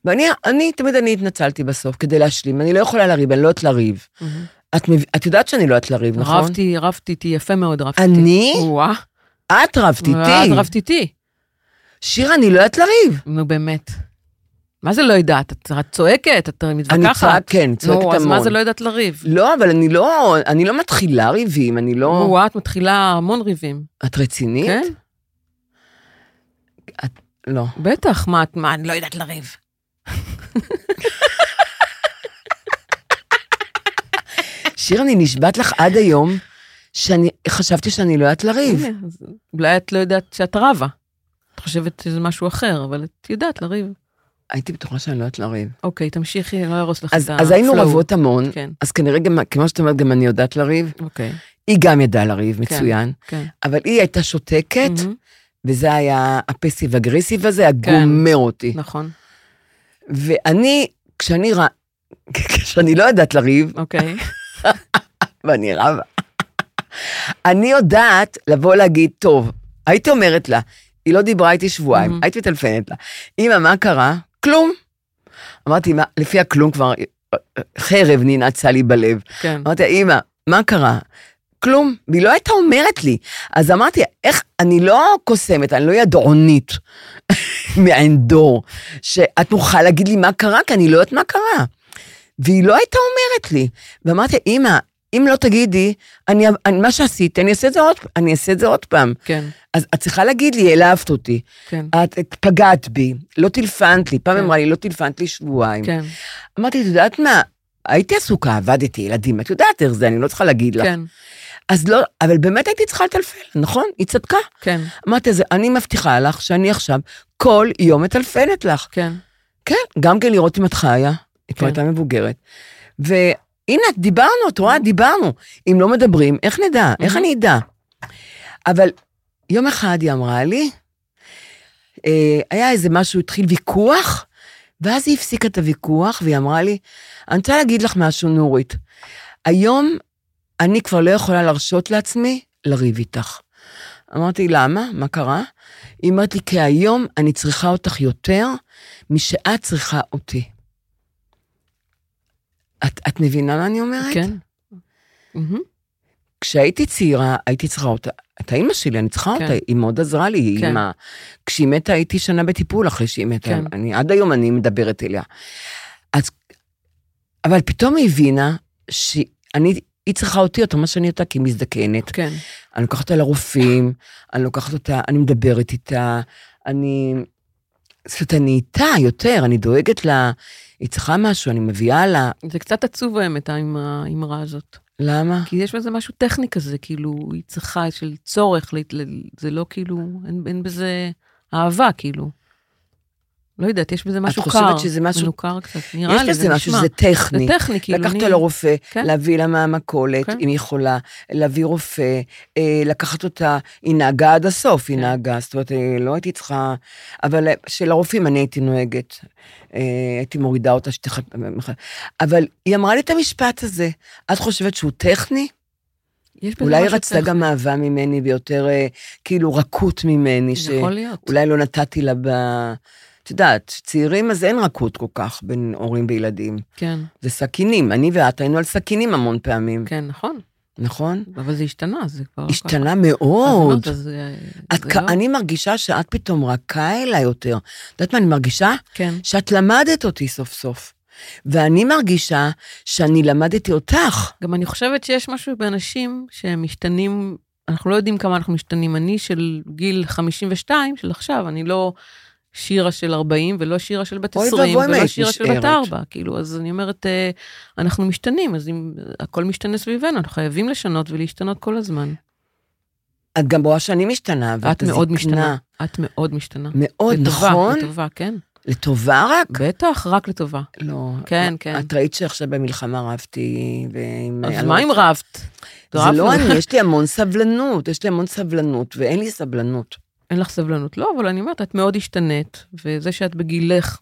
[SPEAKER 2] ואני, אני, תמיד אני התנצלתי בסוף, כדי להשלים. אני לא יכולה לריב, אני לא יודעת לריב.
[SPEAKER 1] מהמם.
[SPEAKER 2] את, מב- את יודעת שאני לא יודעת לריב, נכון?
[SPEAKER 1] רבתי, רבתי איתי, יפה מאוד רבתי איתי.
[SPEAKER 2] אני?
[SPEAKER 1] וואה,
[SPEAKER 2] את רבת
[SPEAKER 1] את
[SPEAKER 2] איתי.
[SPEAKER 1] רבת איתי.
[SPEAKER 2] שיר, אני לא יודעת לריב.
[SPEAKER 1] נו באמת. מה זה לא יודעת? את את צועקת, את
[SPEAKER 2] אני
[SPEAKER 1] מתווכחת.
[SPEAKER 2] צועקת, כן,
[SPEAKER 1] נו,
[SPEAKER 2] צועקת המון.
[SPEAKER 1] אז מה זה לא יודעת לריב?
[SPEAKER 2] לא, אבל אני לא, אני לא מתחילה ריבים, אני לא...
[SPEAKER 1] וואה, את מתחילה המון ריבים.
[SPEAKER 2] את רצינית?
[SPEAKER 1] כן?
[SPEAKER 2] לא.
[SPEAKER 1] בטח, מה את, מה, אני לא יודעת לריב.
[SPEAKER 2] שיר, אני נשבעת לך עד היום, שאני חשבתי שאני לא יודעת לריב.
[SPEAKER 1] הנה, אז אולי את לא יודעת שאת רבה. את חושבת שזה משהו אחר, אבל את יודעת לריב.
[SPEAKER 2] הייתי בטוחה שאני לא יודעת לריב.
[SPEAKER 1] אוקיי, תמשיכי, לא ארוס לך את
[SPEAKER 2] אז
[SPEAKER 1] ה...
[SPEAKER 2] אז היינו
[SPEAKER 1] flow.
[SPEAKER 2] רבות המון,
[SPEAKER 1] כן,
[SPEAKER 2] אז כנראה גם, כמו שאת אומרת, גם אני יודעת לריב.
[SPEAKER 1] אוקיי,
[SPEAKER 2] היא גם ידעה לריב, מצוין.
[SPEAKER 1] כן.
[SPEAKER 2] אבל היא הייתה שותקת,
[SPEAKER 1] מהמם,
[SPEAKER 2] וזה היה הפסיב אגרסיב הזה, הגומר אותי.
[SPEAKER 1] נכון,
[SPEAKER 2] ואני, כשאני ר... כשאני לא יודעת לריב,
[SPEAKER 1] אוקיי.
[SPEAKER 2] ואני רבה. אני יודעת לבוא להגיד, טוב, הייתי אומרת לה, היא לא דיברה איתי שבועיים,
[SPEAKER 1] Mhm.
[SPEAKER 2] הייתי מטלפנת לה. אמא, מה קרה? כלום. אמרתי, "מה- לפי אה, הכלום כבר, חרב ננעצה לי בלב.
[SPEAKER 1] כן,
[SPEAKER 2] אמרתי, אמא, מה קרה? כלום. והיא לא הייתה אומרת לי. אז אמרתי, איך, אני לא קוסמת, אני לא ידעונית מעין דור, שאת תוכל להגיד לי מה קרה, כי אני לא יודעת מה קרה. והיא לא הייתה אומרת לי. ואמרתי, אמא, אם לא תגידי, אני, אני, מה שעשית, אני אעשה את זה עוד, אני אעשה את זה עוד פעם.
[SPEAKER 1] כן,
[SPEAKER 2] אז את צריכה להגיד לי, העלבת אותי,
[SPEAKER 1] כן,
[SPEAKER 2] את, את פגעת בי, לא טילפנת לי. פעם
[SPEAKER 1] כן.
[SPEAKER 2] אמרה לי, לא טילפנת לי שבועיים.
[SPEAKER 1] כן,
[SPEAKER 2] אמרתי, את יודעת מה? הייתי עסוקה, עבדתי, ילדים, את יודעת איך זה, אני לא צריכה להגיד לך.
[SPEAKER 1] כן,
[SPEAKER 2] אז לא, אבל באמת הייתי צריכה לטלפן, נכון? היא צדקה.
[SPEAKER 1] כן,
[SPEAKER 2] אמרתי, אז אני מבטיחה לך שאני עכשיו כל יום מטלפנת לך.
[SPEAKER 1] כן,
[SPEAKER 2] כן, גם כן לראות אם את חיה, היא כבר
[SPEAKER 1] כן.
[SPEAKER 2] הייתה מבוגרת. והנה, דיברנו, את רואה, דיברנו. אם לא מדברים, איך נדע? איך
[SPEAKER 1] Mhm.
[SPEAKER 2] אני אדע? אבל יום אחד היא אמרה לי, אה, היה איזה משהו, התחיל ויכוח, ואז היא הפסיקה את הוויכוח, והיא אמרה לי, אני רוצה להגיד לך משהו, נורית. היום אני כבר לא יכולה להרשות לעצמי לריב איתך. אמרתי, למה? מה קרה? היא אומרת לי, כי היום אני צריכה אותך יותר משאת צריכה אותי. את, את מבינה מה אני אומרת?
[SPEAKER 1] כן.
[SPEAKER 2] אה.
[SPEAKER 1] מהמם,
[SPEAKER 2] כשהייתי צעירה, הייתי צריכה אותה, את האימא שלי, אני צריכה
[SPEAKER 1] כן.
[SPEAKER 2] אותה, היא מאוד עזרה לי, היא
[SPEAKER 1] כן.
[SPEAKER 2] אימא. כשהיא מתה, הייתי שנה בטיפול אחרי שהיא מתה.
[SPEAKER 1] כן.
[SPEAKER 2] אני, עד היום אני מדברת אליה. אז, אבל פתאום היא הבינה שאני, היא צריכה אותי יותר ממה שאני אותה, כי היא מזדקנת.
[SPEAKER 1] כן,
[SPEAKER 2] אני לוקחת אותה לרופאים, אני לוקחת אותה, אני מדברת איתה, אני... זאת אומרת, אני איתה יותר, אני דואגת לה, היא צריכה משהו, אני מביאה לה,
[SPEAKER 1] זה קצת עצוב האמת, עם האמרה הזאת.
[SPEAKER 2] למה?
[SPEAKER 1] כי יש בזה משהו טכני כזה, כאילו, היא צריכה של צורך, להת- ל- זה לא כאילו, אין, אין בזה אהבה, כאילו. לא יודעת, יש בזה משהו קר.
[SPEAKER 2] חושבת שזה משהו-
[SPEAKER 1] מנוכר קצת, נראה
[SPEAKER 2] יש
[SPEAKER 1] לי,
[SPEAKER 2] לזה
[SPEAKER 1] זה
[SPEAKER 2] משהו
[SPEAKER 1] נשמע.
[SPEAKER 2] שזה טכני.
[SPEAKER 1] זה טכני, כאילו,
[SPEAKER 2] לקחת
[SPEAKER 1] אני...
[SPEAKER 2] אותה לרופא,
[SPEAKER 1] כן.
[SPEAKER 2] להביא לה מהמכולת,
[SPEAKER 1] כן.
[SPEAKER 2] אם היא יכולה, להביא רופא, אה, לקחת אותה, היא נהגה עד הסוף, היא
[SPEAKER 1] כן.
[SPEAKER 2] נהגה, זאת אומרת, אה, לא הייתי צריכה... אבל אה, של הרופאים אני הייתי נוהגת. אה, הייתי מורידה אותה שתחת... אבל היא אמרה לי את המשפט הזה, את חושבת שהוא טכני?
[SPEAKER 1] יש בזה
[SPEAKER 2] אולי היא
[SPEAKER 1] משהו
[SPEAKER 2] רצתה גם אהבה ממני ויותר אה, כאילו רכות ממני,
[SPEAKER 1] טכני. יכול להיות.
[SPEAKER 2] שאולי לא נתתי לה ב... את יודעת, צעירים אז אין רכות כל כך בין הורים וילדים.
[SPEAKER 1] כן,
[SPEAKER 2] זה סכינים, אני ואת היינו על סכינים המון פעמים,
[SPEAKER 1] כן, נכון.
[SPEAKER 2] נכון?
[SPEAKER 1] אבל זה השתנה, זה כבר...
[SPEAKER 2] השתנה
[SPEAKER 1] אז אמרת,
[SPEAKER 2] מאוד.
[SPEAKER 1] אז, אה,
[SPEAKER 2] את
[SPEAKER 1] זה
[SPEAKER 2] כ-
[SPEAKER 1] לא-
[SPEAKER 2] אני מרגישה שאת פתאום רכה אליי יותר. את יודעת מה אני מרגישה?
[SPEAKER 1] כן,
[SPEAKER 2] שאת למדת אותי סוף סוף. ואני מרגישה שאני למדתי אותך.
[SPEAKER 1] גם אני חושבת שיש משהו באנשים שהם משתנים, אנחנו לא יודעים כמה אנחנו משתנים. אני של גיל 52, של עכשיו, אני לא שירה של 40, ולא שירה של בת
[SPEAKER 2] אוי
[SPEAKER 1] 20,
[SPEAKER 2] ואבוי אם
[SPEAKER 1] ולא
[SPEAKER 2] היית
[SPEAKER 1] שירה של
[SPEAKER 2] נשארת.
[SPEAKER 1] בת 4. כאילו, אז אני אומרת, אה, אנחנו משתנים, אז אם הכל משתנה סביבנו, אנחנו חייבים לשנות ולהשתנות כל הזמן.
[SPEAKER 2] את גם רואה שאני משתנה, ואת
[SPEAKER 1] את מאוד
[SPEAKER 2] הזקנה.
[SPEAKER 1] משתנה. את מאוד משתנה.
[SPEAKER 2] מאוד,
[SPEAKER 1] לטובה,
[SPEAKER 2] נכון?
[SPEAKER 1] לטובה, כן.
[SPEAKER 2] לטובה רק?
[SPEAKER 1] בטח, רק לטובה.
[SPEAKER 2] לא.
[SPEAKER 1] כן,
[SPEAKER 2] מה-
[SPEAKER 1] כן.
[SPEAKER 2] את ראית שעכשיו במלחמה רבתי, ועם...
[SPEAKER 1] אז
[SPEAKER 2] אני
[SPEAKER 1] מה
[SPEAKER 2] לא-
[SPEAKER 1] אם רבת?
[SPEAKER 2] זה
[SPEAKER 1] רבנו.
[SPEAKER 2] לא אני, יש לי המון סבלנות, יש לי המון סבלנות, ואין לי סבלנות.
[SPEAKER 1] אין לך סבלנות. לא, אבל אני אומרת, את מאוד השתנית, וזה שאת בגילך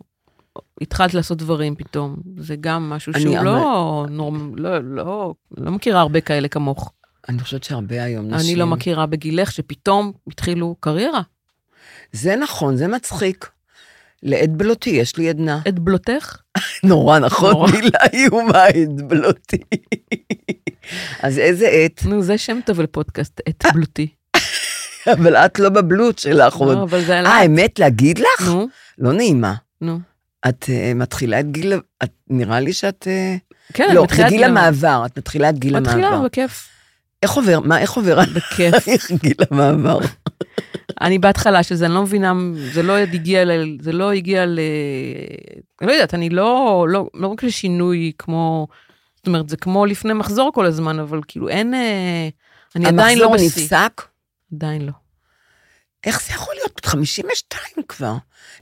[SPEAKER 1] התחלת לעשות דברים פתאום, זה גם משהו
[SPEAKER 2] אני
[SPEAKER 1] שהוא
[SPEAKER 2] אבל-
[SPEAKER 1] לא נורמ... לא, לא, לא מכירה הרבה כאלה כמוך.
[SPEAKER 2] אני חושבת שהרבה היום נשים...
[SPEAKER 1] אני לא מכירה בגילך שפתאום התחילו קריירה.
[SPEAKER 2] זה נכון, זה מצחיק. לעד בלותי, יש לי עדנה.
[SPEAKER 1] את בלוטך?
[SPEAKER 2] נורא נכון,
[SPEAKER 1] נורא.
[SPEAKER 2] מילה איומה, עד בלותי. אז איזה עט?
[SPEAKER 1] נו, זה שם טוב לפודקאסט, את
[SPEAKER 2] אה,
[SPEAKER 1] בלוטי.
[SPEAKER 2] אבל את לא בבלוט שלך עוד.
[SPEAKER 1] לא, אבל זה עלה.
[SPEAKER 2] אה, אמת להגיד לך?
[SPEAKER 1] נו,
[SPEAKER 2] לא נעימה.
[SPEAKER 1] נו.
[SPEAKER 2] את אה, מתחילה את גיל... את- נראה לי שאת... אה,
[SPEAKER 1] כן,
[SPEAKER 2] לא,
[SPEAKER 1] את
[SPEAKER 2] זה גיל המעבר, את מתחילה את גיל
[SPEAKER 1] מתחילה
[SPEAKER 2] המעבר.
[SPEAKER 1] בכיף.
[SPEAKER 2] איך עובר? מה, איך עובר
[SPEAKER 1] בכיף.
[SPEAKER 2] עלייך גיל המעבר?
[SPEAKER 1] אני בהתחלה של זה, אני לא מבינה, זה לא הגיע ל... זה לא הגיע ל... אני לא יודעת, אני לא... לא, לא רק לשינוי כמו... זאת אומרת, זה כמו לפני מחזור כל הזמן, אבל כאילו אין... אה, אני עדיין לא
[SPEAKER 2] המחזור
[SPEAKER 1] בשיא.
[SPEAKER 2] נפסק?
[SPEAKER 1] עדיין לא.
[SPEAKER 2] איך זה יכול להיות? בת 52 כבר.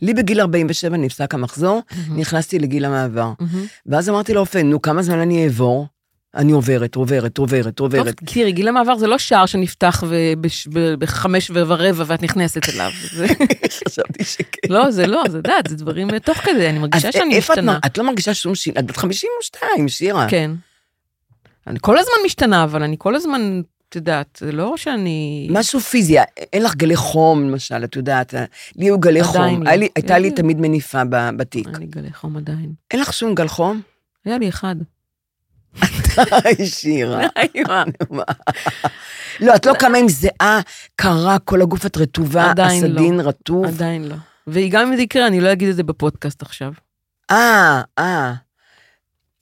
[SPEAKER 2] לי בגיל 47 נפסק המחזור, נכנסתי לגיל המעבר.
[SPEAKER 1] מהמם.
[SPEAKER 2] ואז אמרתי לרופא, נו, כמה זמן אני אעבור? אני עוברת, עוברת, עוברת,
[SPEAKER 1] טוב,
[SPEAKER 2] עוברת.
[SPEAKER 1] תראי, גיל המעבר זה לא שער שנפתח ו- בש- ב- בחמש ורבע ואת נכנסת אליו. זה-
[SPEAKER 2] חשבתי שכן.
[SPEAKER 1] לא, זה לא, זה יודעת, זה דברים אה, תוך כדי, אני
[SPEAKER 2] אז
[SPEAKER 1] מרגישה שאני
[SPEAKER 2] איפה את
[SPEAKER 1] משתנה.
[SPEAKER 2] מ- את לא מרגישה שום שיר? את בת 52, שירה.
[SPEAKER 1] כן. אני כל הזמן משתנה, אבל אני כל הזמן, את יודעת, זה לא שאני...
[SPEAKER 2] משהו פיזי, אה, אין לך גלי חום, למשל, את יודעת, אה, לי היו גלי
[SPEAKER 1] עדיין
[SPEAKER 2] חום.
[SPEAKER 1] לא. Mm.
[SPEAKER 2] היה לי- הייתה לי
[SPEAKER 1] אה.
[SPEAKER 2] תמיד מניפה ב- בתיק.
[SPEAKER 1] אני גלי חום עדיין.
[SPEAKER 2] אין לך שום גל חום?
[SPEAKER 1] היה לי אחד.
[SPEAKER 2] די, שירה. לא, את לא קמה עם זיעה קרה, כל הגוף את רטובה,
[SPEAKER 1] עדיין לא.
[SPEAKER 2] הסדין רטוב.
[SPEAKER 1] עדיין לא. וגם אם זה יקרה, אני לא אגיד את זה בפודקאסט עכשיו.
[SPEAKER 2] אה, אה.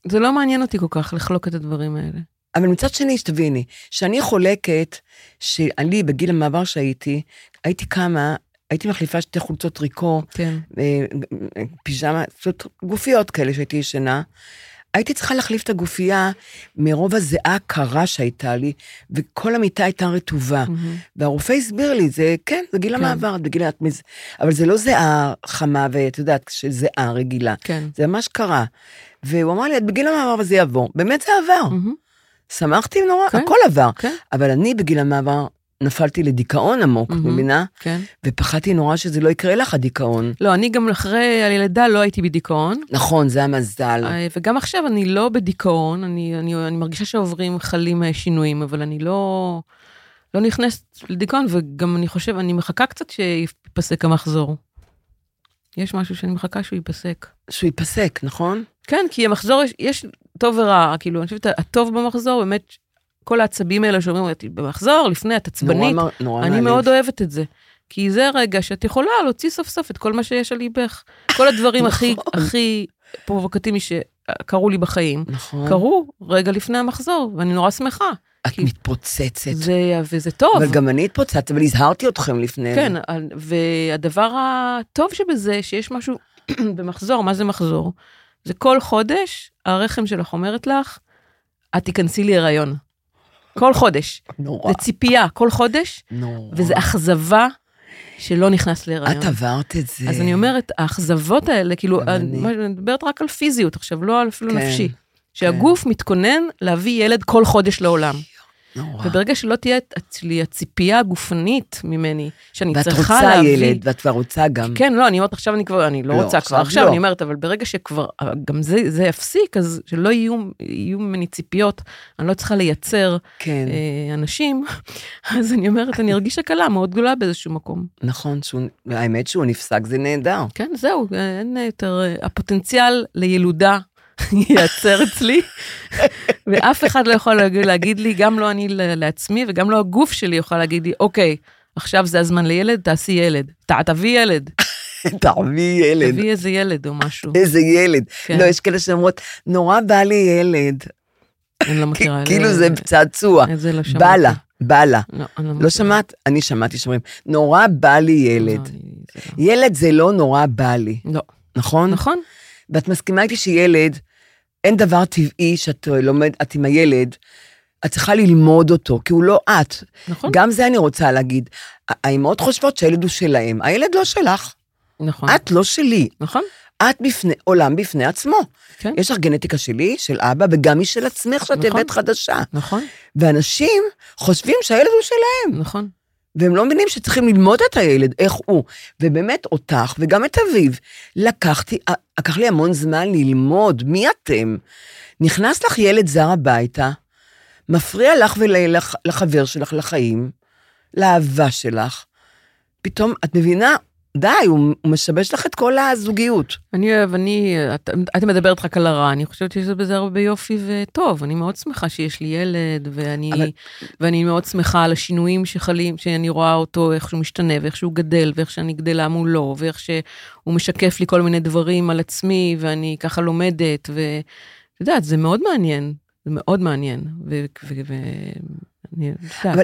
[SPEAKER 1] זה לא מעניין אותי כל כך לחלוק את הדברים האלה.
[SPEAKER 2] אבל מצד שני, שתביני, שאני חולקת, שאני בגיל המעבר שהייתי, הייתי קמה, הייתי מחליפה שתי חולצות טריקו,
[SPEAKER 1] כן.
[SPEAKER 2] אה, אה, פיג'מה, זאת גופיות כאלה שהייתי ישנה. הייתי צריכה להחליף את הגופייה מרוב הזיעה הקרה שהייתה לי, וכל המיטה הייתה רטובה.
[SPEAKER 1] מהמם.
[SPEAKER 2] והרופא הסביר לי, זה כן, זה גיל
[SPEAKER 1] כן.
[SPEAKER 2] המעבר, זה גיל... את מז- אבל זה לא זיעה חמה, ואת יודעת, שזיעה רגילה.
[SPEAKER 1] כן.
[SPEAKER 2] זה ממש קרה. והוא אמר לי, את בגיל המעבר וזה יעבור. באמת זה עבר.
[SPEAKER 1] מהמם.
[SPEAKER 2] שמחתי נורא,
[SPEAKER 1] כן.
[SPEAKER 2] הכל עבר.
[SPEAKER 1] כן.
[SPEAKER 2] אבל אני בגיל המעבר נפלתי לדיכאון עמוק,
[SPEAKER 1] מהמם.
[SPEAKER 2] מבינה?
[SPEAKER 1] כן.
[SPEAKER 2] ופחדתי נורא שזה לא יקרה לך דיכאון.
[SPEAKER 1] לא, אני גם אחרי הלידה לא הייתי בדיכאון,
[SPEAKER 2] נכון, זה המזל.
[SPEAKER 1] אה, וגם עכשיו אני לא בדיכאון, אני, אני, אני מרגישה שעוברים חלים אה, שינויים, אבל אני לא, לא נכנסת לדיכאון, וגם אני חושב, אני מחכה קצת שייפסק המחזור. יש משהו שאני מחכה שהוא ייפסק.
[SPEAKER 2] שהוא ייפסק, נכון?
[SPEAKER 1] כן, כי המחזור, יש, יש טוב ורע, כאילו, אני חושבת, הטוב במחזור, באמת, כל העצבים האלה שאומרים, "את במחזור, לפני, את
[SPEAKER 2] נורא
[SPEAKER 1] עצבנית,
[SPEAKER 2] מר- נורא
[SPEAKER 1] אני
[SPEAKER 2] מעליב.
[SPEAKER 1] מאוד אוהבת את זה. כי זה רגע שאת יכולה להוציא סוף סוף את כל מה שיש על ליבך. כל הדברים הכי,
[SPEAKER 2] נכון.
[SPEAKER 1] הכי פרובוקטיביים שקרו לי בחיים,
[SPEAKER 2] נכון.
[SPEAKER 1] קרו רגע לפני המחזור, ואני נורא שמחה.
[SPEAKER 2] את
[SPEAKER 1] כי-
[SPEAKER 2] מתפוצצת.
[SPEAKER 1] זה, וזה טוב.
[SPEAKER 2] אבל גם אני התפוצצת, אבל הזהרתי אתכם לפני.
[SPEAKER 1] כן,
[SPEAKER 2] זה.
[SPEAKER 1] על- והדבר הטוב שבזה, שיש משהו במחזור, מה זה מחזור? זה כל חודש, הרחם שלך אומרת לך, את תיכנסי להיריון. כל חודש.
[SPEAKER 2] נורא.
[SPEAKER 1] זה ציפייה, כל חודש,
[SPEAKER 2] נורא.
[SPEAKER 1] וזו אכזבה שלא נכנס להיריון.
[SPEAKER 2] את עברת את זה.
[SPEAKER 1] אז אני אומרת, האכזבות האלה, כאילו,
[SPEAKER 2] גם אני.
[SPEAKER 1] מה- אני מדברת רק על פיזיות עכשיו, לא על אפילו
[SPEAKER 2] כן,
[SPEAKER 1] נפשי. שהגוף מתכונן להביא ילד כל חודש לעולם.
[SPEAKER 2] נורא.
[SPEAKER 1] וברגע שלא תהיה אצלי הציפייה הגופנית ממני, שאני
[SPEAKER 2] ואת
[SPEAKER 1] צריכה
[SPEAKER 2] רוצה
[SPEAKER 1] להביא...
[SPEAKER 2] ילד, ואת כבר רוצה גם.
[SPEAKER 1] כן, לא, אני אומרת, עכשיו אני כבר, אני לא,
[SPEAKER 2] אמ, לא,
[SPEAKER 1] רוצה כבר
[SPEAKER 2] עכשיו
[SPEAKER 1] עכשיו,
[SPEAKER 2] לא.
[SPEAKER 1] אני אומרת, אבל ברגע שכבר, גם זה, זה יפסיק, אז שלא יהיו, יהיו ממני ציפיות, אני לא צריכה לייצר
[SPEAKER 2] כן,
[SPEAKER 1] אה, אנשים, אז אני אומרת, אני ארגיש הקלה מאוד גדולה באיזשהו מקום.
[SPEAKER 2] נכון, שהוא- האמת שהוא נפסק, זה נהדר.
[SPEAKER 1] כן, זהו, אין יותר, אה, הפוטנציאל לילודה ייעצר אצלי, ואף אחד לא יכול להגיד, להגיד לי, גם לא אני ל- לעצמי, וגם לא הגוף שלי יוכל להגיד לי, אוקיי, עכשיו זה הזמן לילד, תעשי ילד. ת, תביא ילד,
[SPEAKER 2] תעמי ילד.
[SPEAKER 1] תביא איזה ילד או משהו.
[SPEAKER 2] איזה ילד.
[SPEAKER 1] כן.
[SPEAKER 2] לא, יש כאלה שאומרות, נורא בא לי ילד.
[SPEAKER 1] אני לא
[SPEAKER 2] כי-
[SPEAKER 1] מכירה. לא-
[SPEAKER 2] כאילו זה צעצוע.
[SPEAKER 1] את זה לא שמעתי.
[SPEAKER 2] בא לה, בא לה.
[SPEAKER 1] לא, אני לא מכירה.
[SPEAKER 2] לא שמעת? אני שמעתי שאומרים, נורא בא לי
[SPEAKER 1] לא,
[SPEAKER 2] ילד.
[SPEAKER 1] אני- זה לא.
[SPEAKER 2] ילד זה לא נורא בא לי,
[SPEAKER 1] לא.
[SPEAKER 2] נכון?
[SPEAKER 1] נכון,
[SPEAKER 2] ואת מסכימה איתי שילד, אין דבר טבעי שאת אה, לומד, את עם הילד, את צריכה ללמוד אותו, כי הוא לא את.
[SPEAKER 1] נכון,
[SPEAKER 2] גם זה אני רוצה להגיד. ה- האימהות חושבות שהילד הוא שלהם. הילד לא שלך,
[SPEAKER 1] נכון,
[SPEAKER 2] את לא שלי.
[SPEAKER 1] נכון,
[SPEAKER 2] את בפני, עולם בפני עצמו.
[SPEAKER 1] כן,
[SPEAKER 2] יש לך גנטיקה שלי, של אבא, וגם היא של עצמך, שאת
[SPEAKER 1] נכון.
[SPEAKER 2] הבאת חדשה.
[SPEAKER 1] נכון,
[SPEAKER 2] ואנשים חושבים שהילד הוא שלהם,
[SPEAKER 1] נכון,
[SPEAKER 2] והם לא מבינים שצריכים ללמוד את הילד, איך הוא. ובאמת אותך, וגם את אביו, לקחתי, ה- לקח לי המון זמן ללמוד מי אתם. נכנס לך ילד זר הביתה, מפריע לך ולחבר שלך לחיים, לאהבה שלך, פתאום, את מבינה? די, הוא הוא משבש לך את כל הזוגיות.
[SPEAKER 1] אני אוהב, אני, את, את מדברת רק על הרע, אני חושבת שיש בזה הרבה יופי וטוב. אני מאוד שמחה שיש לי ילד, ואני, אבל...
[SPEAKER 2] אבל-
[SPEAKER 1] ואני מאוד שמחה על השינויים שחלים, שאני רואה אותו, איך שהוא משתנה, ואיך שהוא גדל, ואיך שאני גדלה מולו, ואיך שהוא משקף לי כל מיני דברים על עצמי, ואני ככה לומדת, ואת יודעת, זה מאוד מעניין, זה מאוד מעניין. ו... ו, ו אני יודעת,
[SPEAKER 2] אבל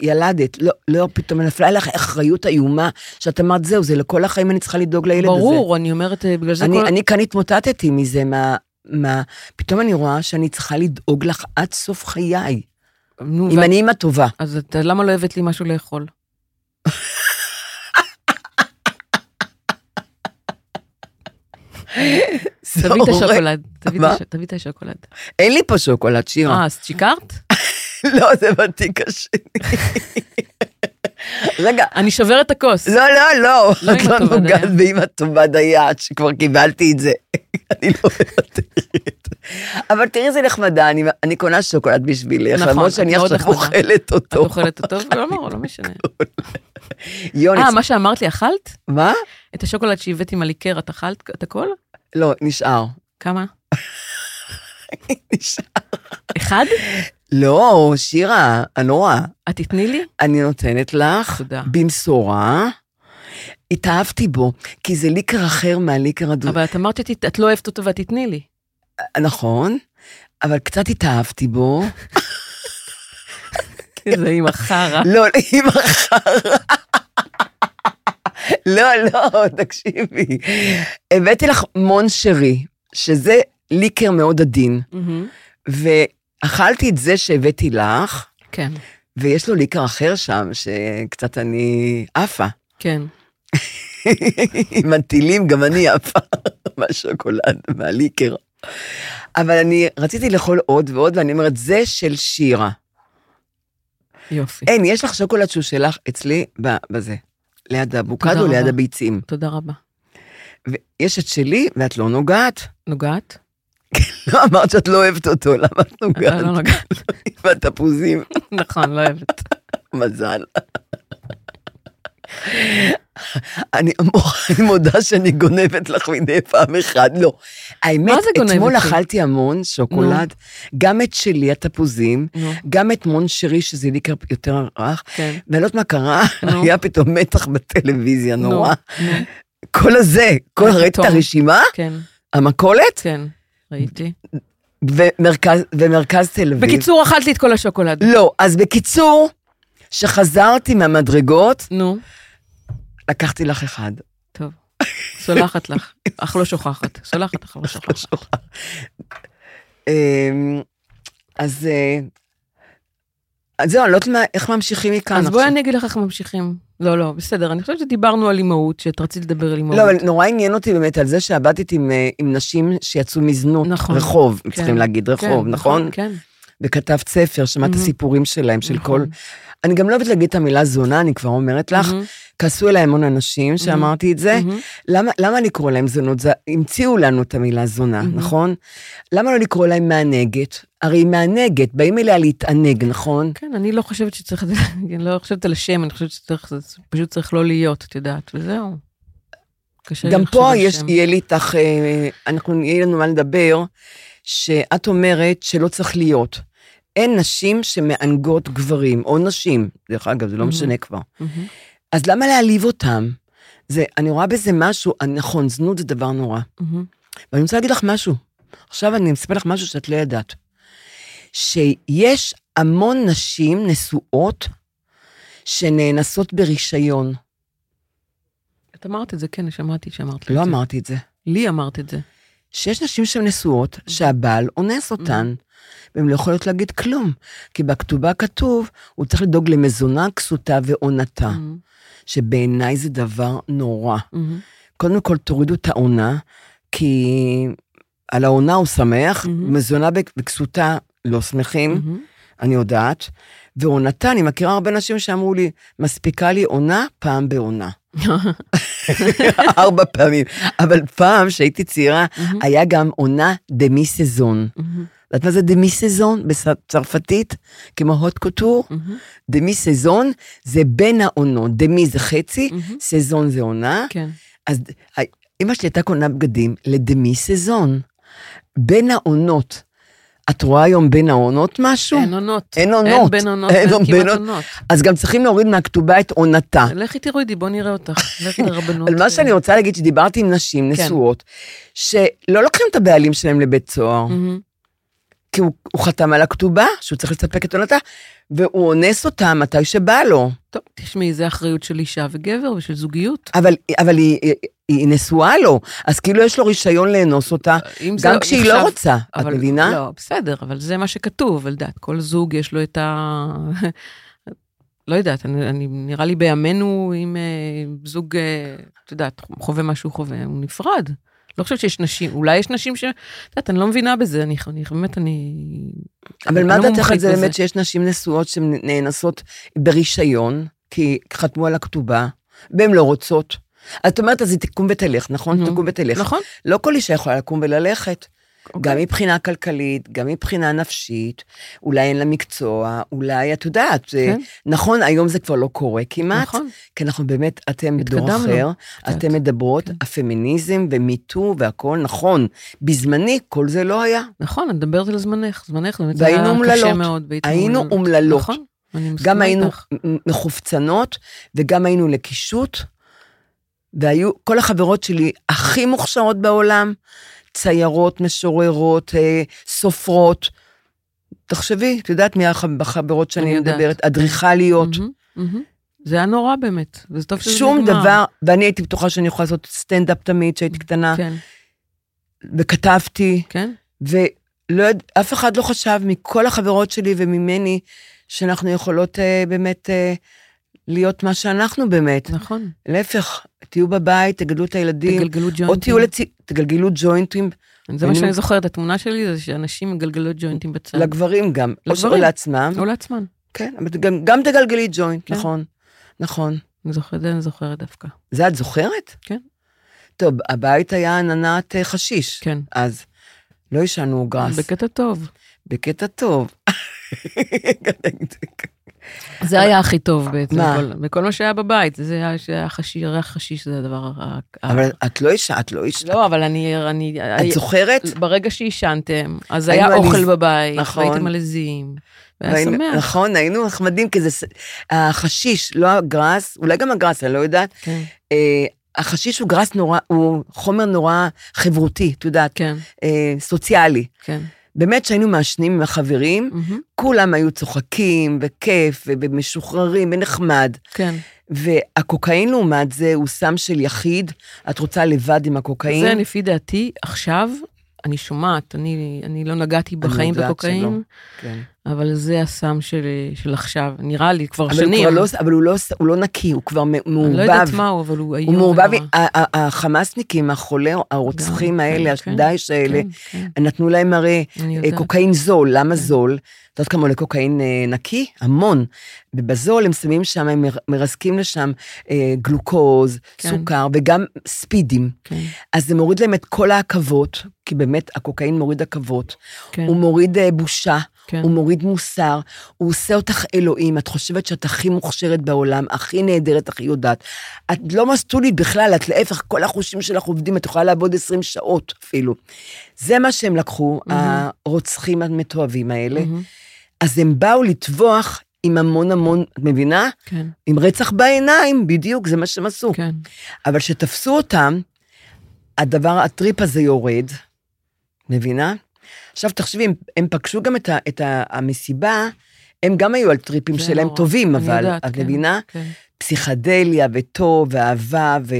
[SPEAKER 2] כשילדת, לא, לא פתאום נפלה לך אחריות איומה, שאת אמרת, זהו, זה לכל החיים אני צריכה לדאוג לילד הזה.
[SPEAKER 1] ברור, אני אומרת, אה, בגלל זה
[SPEAKER 2] אני,
[SPEAKER 1] כל...
[SPEAKER 2] כל... אני כאן התמוטטתי מזה, מה, מה... פתאום אני רואה שאני צריכה לדאוג לך עד סוף חיי,
[SPEAKER 1] נו,
[SPEAKER 2] אם אני אימא טובה.
[SPEAKER 1] אז אתה, למה לא הבאת לי משהו לאכול? תביא את השוקולד, תביא את
[SPEAKER 2] מה?
[SPEAKER 1] הש- תביא את השוקולד.
[SPEAKER 2] אין לי פה שוקולד, שירה.
[SPEAKER 1] אה, אז שיקרת?
[SPEAKER 2] לא, זה בתיק השני. רגע,
[SPEAKER 1] אני שובר את הכוס.
[SPEAKER 2] לא, לא, לא,
[SPEAKER 1] לא
[SPEAKER 2] את
[SPEAKER 1] אימא
[SPEAKER 2] לא
[SPEAKER 1] טובה
[SPEAKER 2] נוגעת
[SPEAKER 1] דיין.
[SPEAKER 2] באמא טובה דייט, שכבר קיבלתי את זה. אני לא מוותרת. אבל תראי איזה נחמדה, אני- אני קונה שוקולד בשבילך,
[SPEAKER 1] נכון,
[SPEAKER 2] למרות
[SPEAKER 1] את
[SPEAKER 2] שאני
[SPEAKER 1] מאוד
[SPEAKER 2] עכשיו
[SPEAKER 1] נחמדה.
[SPEAKER 2] אוכלת
[SPEAKER 1] את
[SPEAKER 2] אותו.
[SPEAKER 1] אוכלת אותו? לא, לא, לא משנה.
[SPEAKER 2] יוני,
[SPEAKER 1] אה, מה שאמרת לי, אכלת?
[SPEAKER 2] מה?
[SPEAKER 1] את השוקולד שהבאתי עם הליקר, את אכלת את הכל?
[SPEAKER 2] לא, נשאר.
[SPEAKER 1] כמה?
[SPEAKER 2] נשאר.
[SPEAKER 1] אחד?
[SPEAKER 2] לא, שירה, אני לא רואה.
[SPEAKER 1] את תתני לי?
[SPEAKER 2] אני נותנת לך,
[SPEAKER 1] תודה.
[SPEAKER 2] במשורה. התאהבתי בו, כי זה ליקר אחר מהליקר הדו...
[SPEAKER 1] אבל את אמרת שאת את לא אוהבת אותו ואת תתני לי.
[SPEAKER 2] נכון, אבל קצת התאהבתי בו.
[SPEAKER 1] זה עם החרא.
[SPEAKER 2] לא, עם החרא. לא, לא, תקשיבי. הבאתי לך מון שרי, שזה ליקר מאוד עדין,
[SPEAKER 1] מהמם.
[SPEAKER 2] ואכלתי את זה שהבאתי לך,
[SPEAKER 1] כן,
[SPEAKER 2] ויש לו ליקר אחר שם, שקצת אני עפה.
[SPEAKER 1] כן.
[SPEAKER 2] עם הטילים גם אני עפה מהשוקולד, מהליקר. אבל אני רציתי לאכול עוד ועוד, ואני אומרת, זה של שירה.
[SPEAKER 1] יופי.
[SPEAKER 2] אין, יש לך שוקולד שהוא שלך אצלי ב- בזה, ליד האבוקדו,
[SPEAKER 1] תודה
[SPEAKER 2] ליד
[SPEAKER 1] רבה.
[SPEAKER 2] הביצים.
[SPEAKER 1] תודה רבה.
[SPEAKER 2] ויש את שלי, ואת לא נוגעת.
[SPEAKER 1] נוגעת?
[SPEAKER 2] לא אמרת שאת לא אוהבת אותו, למה את
[SPEAKER 1] לא לא
[SPEAKER 2] נוגעת?
[SPEAKER 1] נוגעת.
[SPEAKER 2] והתפוזים,
[SPEAKER 1] נכון, לא אוהבת.
[SPEAKER 2] מזל. אני מוכ- אני מודה שאני גונבת לך מדי פעם אחד, לא. האמת,
[SPEAKER 1] זה גונבת
[SPEAKER 2] אתמול
[SPEAKER 1] לי?
[SPEAKER 2] אכלתי המון שוקולד, גם את שלי, התפוזים,
[SPEAKER 1] נו,
[SPEAKER 2] גם את מון שרי, שזה ליקר יותר רך,
[SPEAKER 1] כן.
[SPEAKER 2] ואני לא יודעת מה קרה,
[SPEAKER 1] נו.
[SPEAKER 2] היה פתאום מתח בטלוויזיה
[SPEAKER 1] נו,
[SPEAKER 2] נורא.
[SPEAKER 1] נו,
[SPEAKER 2] כל הזה, כל
[SPEAKER 1] מה
[SPEAKER 2] ראית את
[SPEAKER 1] אה, פתאום?
[SPEAKER 2] הרשימה,
[SPEAKER 1] כן,
[SPEAKER 2] המכולת,
[SPEAKER 1] כן, ראיתי.
[SPEAKER 2] ומרכז- ומרכז תל אביב.
[SPEAKER 1] בקיצור, אכלתי את כל השוקולד.
[SPEAKER 2] לא, אז בקיצור, כשחזרתי מהמדרגות,
[SPEAKER 1] נו,
[SPEAKER 2] לקחתי לך אחד.
[SPEAKER 1] טוב. סולחת לך, אך לא שוכחת. סולחת, אך לא שוכחת.
[SPEAKER 2] אמ, אז אה, אז זהו, אני לא יודעת מה- איך ממשיכים מכאן
[SPEAKER 1] אז
[SPEAKER 2] עכשיו.
[SPEAKER 1] בואי אני אגיד לך איך ממשיכים. לא, לא, בסדר, אני חושבת שדיברנו על אימהות, שאת רצית לדבר על אימהות.
[SPEAKER 2] לא, אבל נורא עניין אותי באמת על זה שעבדת עם, אה, עם נשים שיצאו מזנות,
[SPEAKER 1] נכון.
[SPEAKER 2] רחוב,
[SPEAKER 1] כן.
[SPEAKER 2] צריכים להגיד
[SPEAKER 1] כן,
[SPEAKER 2] רחוב, נכון?
[SPEAKER 1] כן.
[SPEAKER 2] וכתבת ספר, שמעת
[SPEAKER 1] Mhm.
[SPEAKER 2] סיפורים שלהם, של
[SPEAKER 1] נכון.
[SPEAKER 2] כל... אני גם לא אוהבת להגיד את המילה זונה, אני כבר אומרת לך.
[SPEAKER 1] מהמם,
[SPEAKER 2] כעסו אליי המון אנשים שאמרתי את זה.
[SPEAKER 1] מהמם.
[SPEAKER 2] למה, למה לקרוא להם זונות? זה, המציאו לנו את המילה זונה,
[SPEAKER 1] Mhm.
[SPEAKER 2] נכון? למה לא לקרוא להם מענגת? הרי היא מענגת, באים אליה להתענג, נכון?
[SPEAKER 1] כן, אני לא חושבת שצריך, את זה, אני לא חושבת על השם, אני חושבת שצריך, זה פשוט צריך לא להיות, את יודעת, וזהו. קשה לי
[SPEAKER 2] גם
[SPEAKER 1] לחשוב
[SPEAKER 2] פה
[SPEAKER 1] על
[SPEAKER 2] יש,
[SPEAKER 1] שם.
[SPEAKER 2] יהיה לי איתך, אה, אנחנו, יהיה לנו מה לדבר, שאת אומרת שלא צריך להיות. אין נשים שמענגות גברים, או נשים, דרך אגב, זה לא
[SPEAKER 1] Mhm.
[SPEAKER 2] משנה כבר.
[SPEAKER 1] מהמם.
[SPEAKER 2] אז למה להעליב אותם? זה, אני רואה בזה משהו, אה, נכון, זנות זה דבר נורא.
[SPEAKER 1] מהמם.
[SPEAKER 2] ואני רוצה להגיד לך משהו. עכשיו אני אספר לך משהו שאת לא ידעת. שיש המון נשים נשואות שנאנסות ברישיון. לא
[SPEAKER 1] את אמרת את זה, כן, שמעתי שאמרת לי
[SPEAKER 2] לא
[SPEAKER 1] את זה.
[SPEAKER 2] אמרתי את זה.
[SPEAKER 1] לי אמרת את זה.
[SPEAKER 2] שיש נשים שהן נשואות, שהבעל אונס אותן, והן לא יכולות להגיד כלום, כי בכתובה כתוב, הוא צריך לדאוג למזונה, כסותה ועונתה,
[SPEAKER 1] מהמם,
[SPEAKER 2] שבעיניי זה דבר נורא.
[SPEAKER 1] מהמם,
[SPEAKER 2] קודם כל, תורידו את העונה, כי על העונה הוא שמח,
[SPEAKER 1] מהמם.
[SPEAKER 2] מזונה בכ- וכסותה לא שמחים.
[SPEAKER 1] מהמם.
[SPEAKER 2] אני יודעת. ועונתה, אני מכירה הרבה נשים שאמרו לי, מספיקה לי עונה פעם בעונה. ארבע פעמים. אבל פעם, כשהייתי צעירה,
[SPEAKER 1] מהמם,
[SPEAKER 2] היה גם עונה דמי סזון.
[SPEAKER 1] מהמם,
[SPEAKER 2] את יודעת מה זה דמי סזון בצרפתית? כמו הוט קוטור?
[SPEAKER 1] מהמם,
[SPEAKER 2] דמי סזון זה בין העונות. דמי זה חצי,
[SPEAKER 1] מהמם.
[SPEAKER 2] סזון זה עונה.
[SPEAKER 1] כן.
[SPEAKER 2] אז אימא שלי הייתה קונה בגדים לדמי סזון. בין העונות. את רואה היום בין העונות משהו?
[SPEAKER 1] אין עונות.
[SPEAKER 2] אין עונות.
[SPEAKER 1] אין בין עונות,
[SPEAKER 2] אין
[SPEAKER 1] אין
[SPEAKER 2] בין
[SPEAKER 1] כמעט
[SPEAKER 2] עונות.
[SPEAKER 1] עונות.
[SPEAKER 2] אז גם צריכים להוריד מהכתובה את עונתה.
[SPEAKER 1] לכי תראי די, בוא נראה אותך. לכי לרבנות.
[SPEAKER 2] אבל מה שאני רוצה להגיד, שדיברתי עם נשים
[SPEAKER 1] לא כן.
[SPEAKER 2] נשואות, שלא לוקחים את הבעלים שלהם לבית סוהר,
[SPEAKER 1] מהמם, Mm.
[SPEAKER 2] כי הוא הוא חתם על הכתובה, שהוא צריך לספק את עונתה, והוא אונס אותה מתי שבא לו.
[SPEAKER 1] טוב, תשמעי, זה אחריות של אישה וגבר ושל זוגיות.
[SPEAKER 2] אבל, אבל היא, היא, היא נשואה לו, אז כאילו יש לו רישיון לאנוס אותה,
[SPEAKER 1] אם זה
[SPEAKER 2] גם כשהיא לא
[SPEAKER 1] נחשב-
[SPEAKER 2] רוצה, את
[SPEAKER 1] אבל-
[SPEAKER 2] מבינה?
[SPEAKER 1] לא, בסדר, אבל זה מה שכתוב, אבל דעת, כל זוג יש לו את ה... לא יודעת, אני, אני, נראה לי בימינו, אם אה, זוג, אה, את יודעת, חווה מה שהוא חווה, הוא נפרד. לא חושבת שיש נשים, אולי יש נשים ש... את יודעת, אני לא מבינה בזה, אני, אני באמת, אני...
[SPEAKER 2] אבל
[SPEAKER 1] אני
[SPEAKER 2] מה
[SPEAKER 1] לא
[SPEAKER 2] דעתך על
[SPEAKER 1] מומחית
[SPEAKER 2] זה
[SPEAKER 1] בזה.
[SPEAKER 2] באמת שיש נשים נשואות שהן נאנסות ברישיון, כי חתמו על הכתובה, והן לא רוצות? את אומרת, אז היא תקום ותלך, נכון?
[SPEAKER 1] נו.
[SPEAKER 2] תקום ותלך.
[SPEAKER 1] נכון,
[SPEAKER 2] לא כל אישה יכולה לקום וללכת.
[SPEAKER 1] אוקיי.
[SPEAKER 2] גם מבחינה כלכלית, גם מבחינה נפשית, אולי אין לה מקצוע, אולי, את יודעת, זה-
[SPEAKER 1] כן.
[SPEAKER 2] נכון, היום זה כבר לא קורה כמעט,
[SPEAKER 1] נכון.
[SPEAKER 2] כי אנחנו באמת, אתם דור
[SPEAKER 1] התקדמנו כן.
[SPEAKER 2] אחר,
[SPEAKER 1] קצת.
[SPEAKER 2] אתם מדברות, הפמיניזם ומיטו והכול, נכון, בזמני כל זה לא היה.
[SPEAKER 1] נכון, את מדברת על זמנך, זמנך זה באמת
[SPEAKER 2] והיינו
[SPEAKER 1] היה קשה
[SPEAKER 2] אומללות.
[SPEAKER 1] מאוד. והייתם
[SPEAKER 2] היינו אומללות.
[SPEAKER 1] כן, נכון, אני
[SPEAKER 2] גם
[SPEAKER 1] מסכימה
[SPEAKER 2] היינו
[SPEAKER 1] איתך.
[SPEAKER 2] מ- מחופצנות, וגם היינו לקישוט, והיו כל החברות שלי הכי מוכשרות בעולם, ציירות, משוררות, אה, סופרות. תחשבי, את יודעת מי הח- החברות שאני
[SPEAKER 1] אני יודעת.
[SPEAKER 2] מדברת? אדריכליות.
[SPEAKER 1] מהמם, מהמם. זה היה נורא באמת, וזה טוב שזה
[SPEAKER 2] שום
[SPEAKER 1] נגמר.
[SPEAKER 2] דבר, ואני הייתי בטוחה שאני יכולה לעשות סטנדאפ תמיד כשהייתי קטנה,
[SPEAKER 1] כן,
[SPEAKER 2] וכתבתי,
[SPEAKER 1] כן.
[SPEAKER 2] ולא יודע, אף אחד לא חשב מכל החברות שלי וממני שאנחנו יכולות אה, באמת אה, להיות מה שאנחנו באמת.
[SPEAKER 1] נכון,
[SPEAKER 2] להפך, תהיו בבית, תגדלו את הילדים,
[SPEAKER 1] תגלגלו
[SPEAKER 2] או
[SPEAKER 1] ג'וינטים. כן.
[SPEAKER 2] תהיו לצי... תגלגלו ג'וינטים
[SPEAKER 1] זה מה
[SPEAKER 2] אני-
[SPEAKER 1] שאני זוכרת, התמונה שלי זה שאנשים מגלגלו ג'וינטים בצד.
[SPEAKER 2] לגברים גם, או ש- או
[SPEAKER 1] לגברים.
[SPEAKER 2] לעצמם.
[SPEAKER 1] או לעצמן,
[SPEAKER 2] כן, אבל גם, גם תגלגלי ג'וינט,
[SPEAKER 1] כן.
[SPEAKER 2] נכון, נכון.
[SPEAKER 1] אני זוכרת, זה אני זוכרת דווקא.
[SPEAKER 2] זה את זוכרת?
[SPEAKER 1] כן.
[SPEAKER 2] טוב, הבית היה עננת אה, חשיש,
[SPEAKER 1] כן,
[SPEAKER 2] אז לא עישנו גראס,
[SPEAKER 1] בקטע טוב.
[SPEAKER 2] בקטע טוב.
[SPEAKER 1] זה היה הכי טוב בעצם,
[SPEAKER 2] מה?
[SPEAKER 1] בכל- בכל מה שהיה בבית, זה היה שהיה חשיש, ריח חשיש זה הדבר ה... ה-
[SPEAKER 2] אבל את לא עישנת, את לא עישנת.
[SPEAKER 1] לא, אבל אני... אני-
[SPEAKER 2] את זוכרת?
[SPEAKER 1] ברגע שעישנתם, אז
[SPEAKER 2] היינו
[SPEAKER 1] היה
[SPEAKER 2] עליז-
[SPEAKER 1] אוכל בבית,
[SPEAKER 2] נכון.
[SPEAKER 1] והייתם עליזים, והיה
[SPEAKER 2] והיינו-
[SPEAKER 1] שמח.
[SPEAKER 2] נכון, היינו נחמדים, כי זה ס- החשיש, לא הגראס, אולי גם הגראס, אני לא יודעת.
[SPEAKER 1] כן,
[SPEAKER 2] אה, החשיש הוא גראס נורא, הוא חומר נורא חברותי, את יודעת,
[SPEAKER 1] כן,
[SPEAKER 2] אה, סוציאלי.
[SPEAKER 1] כן.
[SPEAKER 2] באמת כשהיינו מעשנים עם החברים,
[SPEAKER 1] מהמם,
[SPEAKER 2] כולם היו צוחקים, וכיף, ומשוחררים, ונחמד.
[SPEAKER 1] כן.
[SPEAKER 2] והקוקאין לעומת זה הוא סם של יחיד, את רוצה לבד עם הקוקאין?
[SPEAKER 1] זה לפי דעתי, עכשיו, אני שומעת, אני אני לא נגעתי בחיים
[SPEAKER 2] יודעת
[SPEAKER 1] בקוקאין,
[SPEAKER 2] כן.
[SPEAKER 1] אבל זה הסם של של עכשיו, נראה לי, כבר
[SPEAKER 2] אבל, הוא
[SPEAKER 1] שנים.
[SPEAKER 2] כבר לא, אבל הוא, לא, הוא לא נקי, הוא כבר מ-
[SPEAKER 1] אני
[SPEAKER 2] מעורבב.
[SPEAKER 1] לא יודעת מהו, אבל הוא איום
[SPEAKER 2] הוא מעורבב,
[SPEAKER 1] ונורא.
[SPEAKER 2] ה- ה- החמאסניקים, החולה, הרוצחים
[SPEAKER 1] גם,
[SPEAKER 2] האלה,
[SPEAKER 1] כן,
[SPEAKER 2] הדאעש האלה,
[SPEAKER 1] כן, כן,
[SPEAKER 2] נתנו להם הרי
[SPEAKER 1] אני
[SPEAKER 2] אה,
[SPEAKER 1] יודעת. כן.
[SPEAKER 2] קוקאין זול, למה זול? את יודעת כמה עולה קוקאין אה, נקי? המון. ובזול הם שמים שם, הם מר- מרסקים לשם אה, גלוקוז,
[SPEAKER 1] כן.
[SPEAKER 2] סוכר וגם ספידים.
[SPEAKER 1] כן,
[SPEAKER 2] אז זה מוריד להם את כל העכבות, כי באמת הקוקאין מוריד עכבות.
[SPEAKER 1] כן,
[SPEAKER 2] הוא מוריד אה, בושה,
[SPEAKER 1] כן.
[SPEAKER 2] הוא מוריד מוסר, הוא עושה אותך אלוהים, את חושבת שאת הכי מוכשרת בעולם, הכי נהדרת, הכי יודעת. את לא מסטולית בכלל, את להפך, כל החושים שלך עובדים, את יכולה לעבוד 20 שעות אפילו. זה מה שהם לקחו,
[SPEAKER 1] מהמם.
[SPEAKER 2] הרוצחים המתועבים האלה.
[SPEAKER 1] מהמם,
[SPEAKER 2] אז הם באו לטבוח עם המון המון, את מבינה?
[SPEAKER 1] כן,
[SPEAKER 2] עם רצח בעיניים, בדיוק, זה מה שהם עשו.
[SPEAKER 1] כן.
[SPEAKER 2] אבל כשתפסו אותם, הדבר, הטריפ הזה יורד, מבינה? עכשיו תחשבי, הם, הם פגשו גם את, ה, את ה, המסיבה, הם גם היו על טריפים
[SPEAKER 1] זה
[SPEAKER 2] שלהם
[SPEAKER 1] נורא.
[SPEAKER 2] טובים,
[SPEAKER 1] אני
[SPEAKER 2] אבל,
[SPEAKER 1] יודעת,
[SPEAKER 2] את
[SPEAKER 1] כן,
[SPEAKER 2] מבינה?
[SPEAKER 1] כן.
[SPEAKER 2] פסיכדליה וטוב ואהבה ו...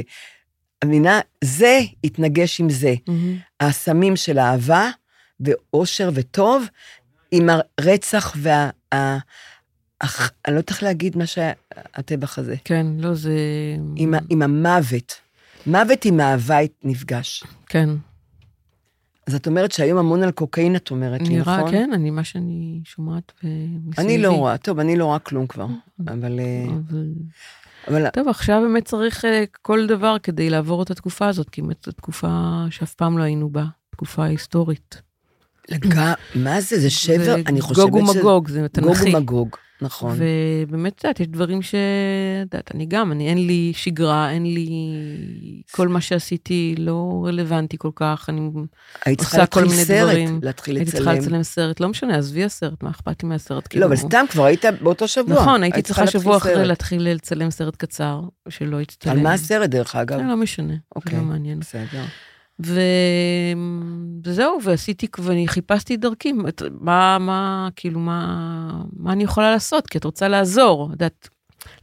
[SPEAKER 2] את מבינה? זה התנגש עם זה.
[SPEAKER 1] מהמם.
[SPEAKER 2] הסמים של אהבה ואושר וטוב, עם הרצח וה... ה, הח, אני לא יודעת איך להגיד מה שהטבח הזה.
[SPEAKER 1] כן, לא, זה...
[SPEAKER 2] עם, ה- עם המוות. מוות עם אהבה נפגש.
[SPEAKER 1] כן,
[SPEAKER 2] אז את אומרת שהיום המון על קוקאין, את אומרת לי, נכון?
[SPEAKER 1] נראה, כן, אני, מה שאני שומעת ומסביבי.
[SPEAKER 2] אני לא רואה, טוב, אני לא רואה כלום כבר, אבל... אה,
[SPEAKER 1] אבל...
[SPEAKER 2] אבל
[SPEAKER 1] טוב, עכשיו באמת צריך אה, כל דבר כדי לעבור את התקופה הזאת, כי באמת זו תקופה שאף פעם לא היינו בה, תקופה היסטורית.
[SPEAKER 2] לג- מה זה, זה שבר?
[SPEAKER 1] זה
[SPEAKER 2] אני חושבת
[SPEAKER 1] גוג ומגוג, זה תנכי.
[SPEAKER 2] גוג ומגוג, נכון.
[SPEAKER 1] ובאמת, את יודעת, יש דברים ש... את יודעת, אני גם, אני, אין לי שגרה, אין לי... כל מה שעשיתי לא רלוונטי כל כך, אני
[SPEAKER 2] היית צריכה
[SPEAKER 1] עושה כל
[SPEAKER 2] להתחיל
[SPEAKER 1] מיני
[SPEAKER 2] סרט,
[SPEAKER 1] דברים.
[SPEAKER 2] להתחיל
[SPEAKER 1] הייתי צריכה
[SPEAKER 2] לצלם.
[SPEAKER 1] לצלם סרט, לא משנה, עזבי הסרט, מה אכפת לי מהסרט?
[SPEAKER 2] לא,
[SPEAKER 1] כאילו,
[SPEAKER 2] אבל סתם, כבר היית באותו שבוע.
[SPEAKER 1] נכון, הייתי
[SPEAKER 2] היית
[SPEAKER 1] צריכה
[SPEAKER 2] להתחיל
[SPEAKER 1] שבוע
[SPEAKER 2] סרט.
[SPEAKER 1] אחרי להתחיל לצלם סרט קצר, שלא הצטלם.
[SPEAKER 2] על מה הסרט, דרך אגב?
[SPEAKER 1] לא משנה, זה
[SPEAKER 2] אוקיי.
[SPEAKER 1] לא מעניין.
[SPEAKER 2] בסדר.
[SPEAKER 1] ו- וזהו, ועשיתי, ואני חיפשתי דרכים, את- מה, מה, כאילו, מה, מה אני יכולה לעשות? כי את רוצה לעזור. את יודעת,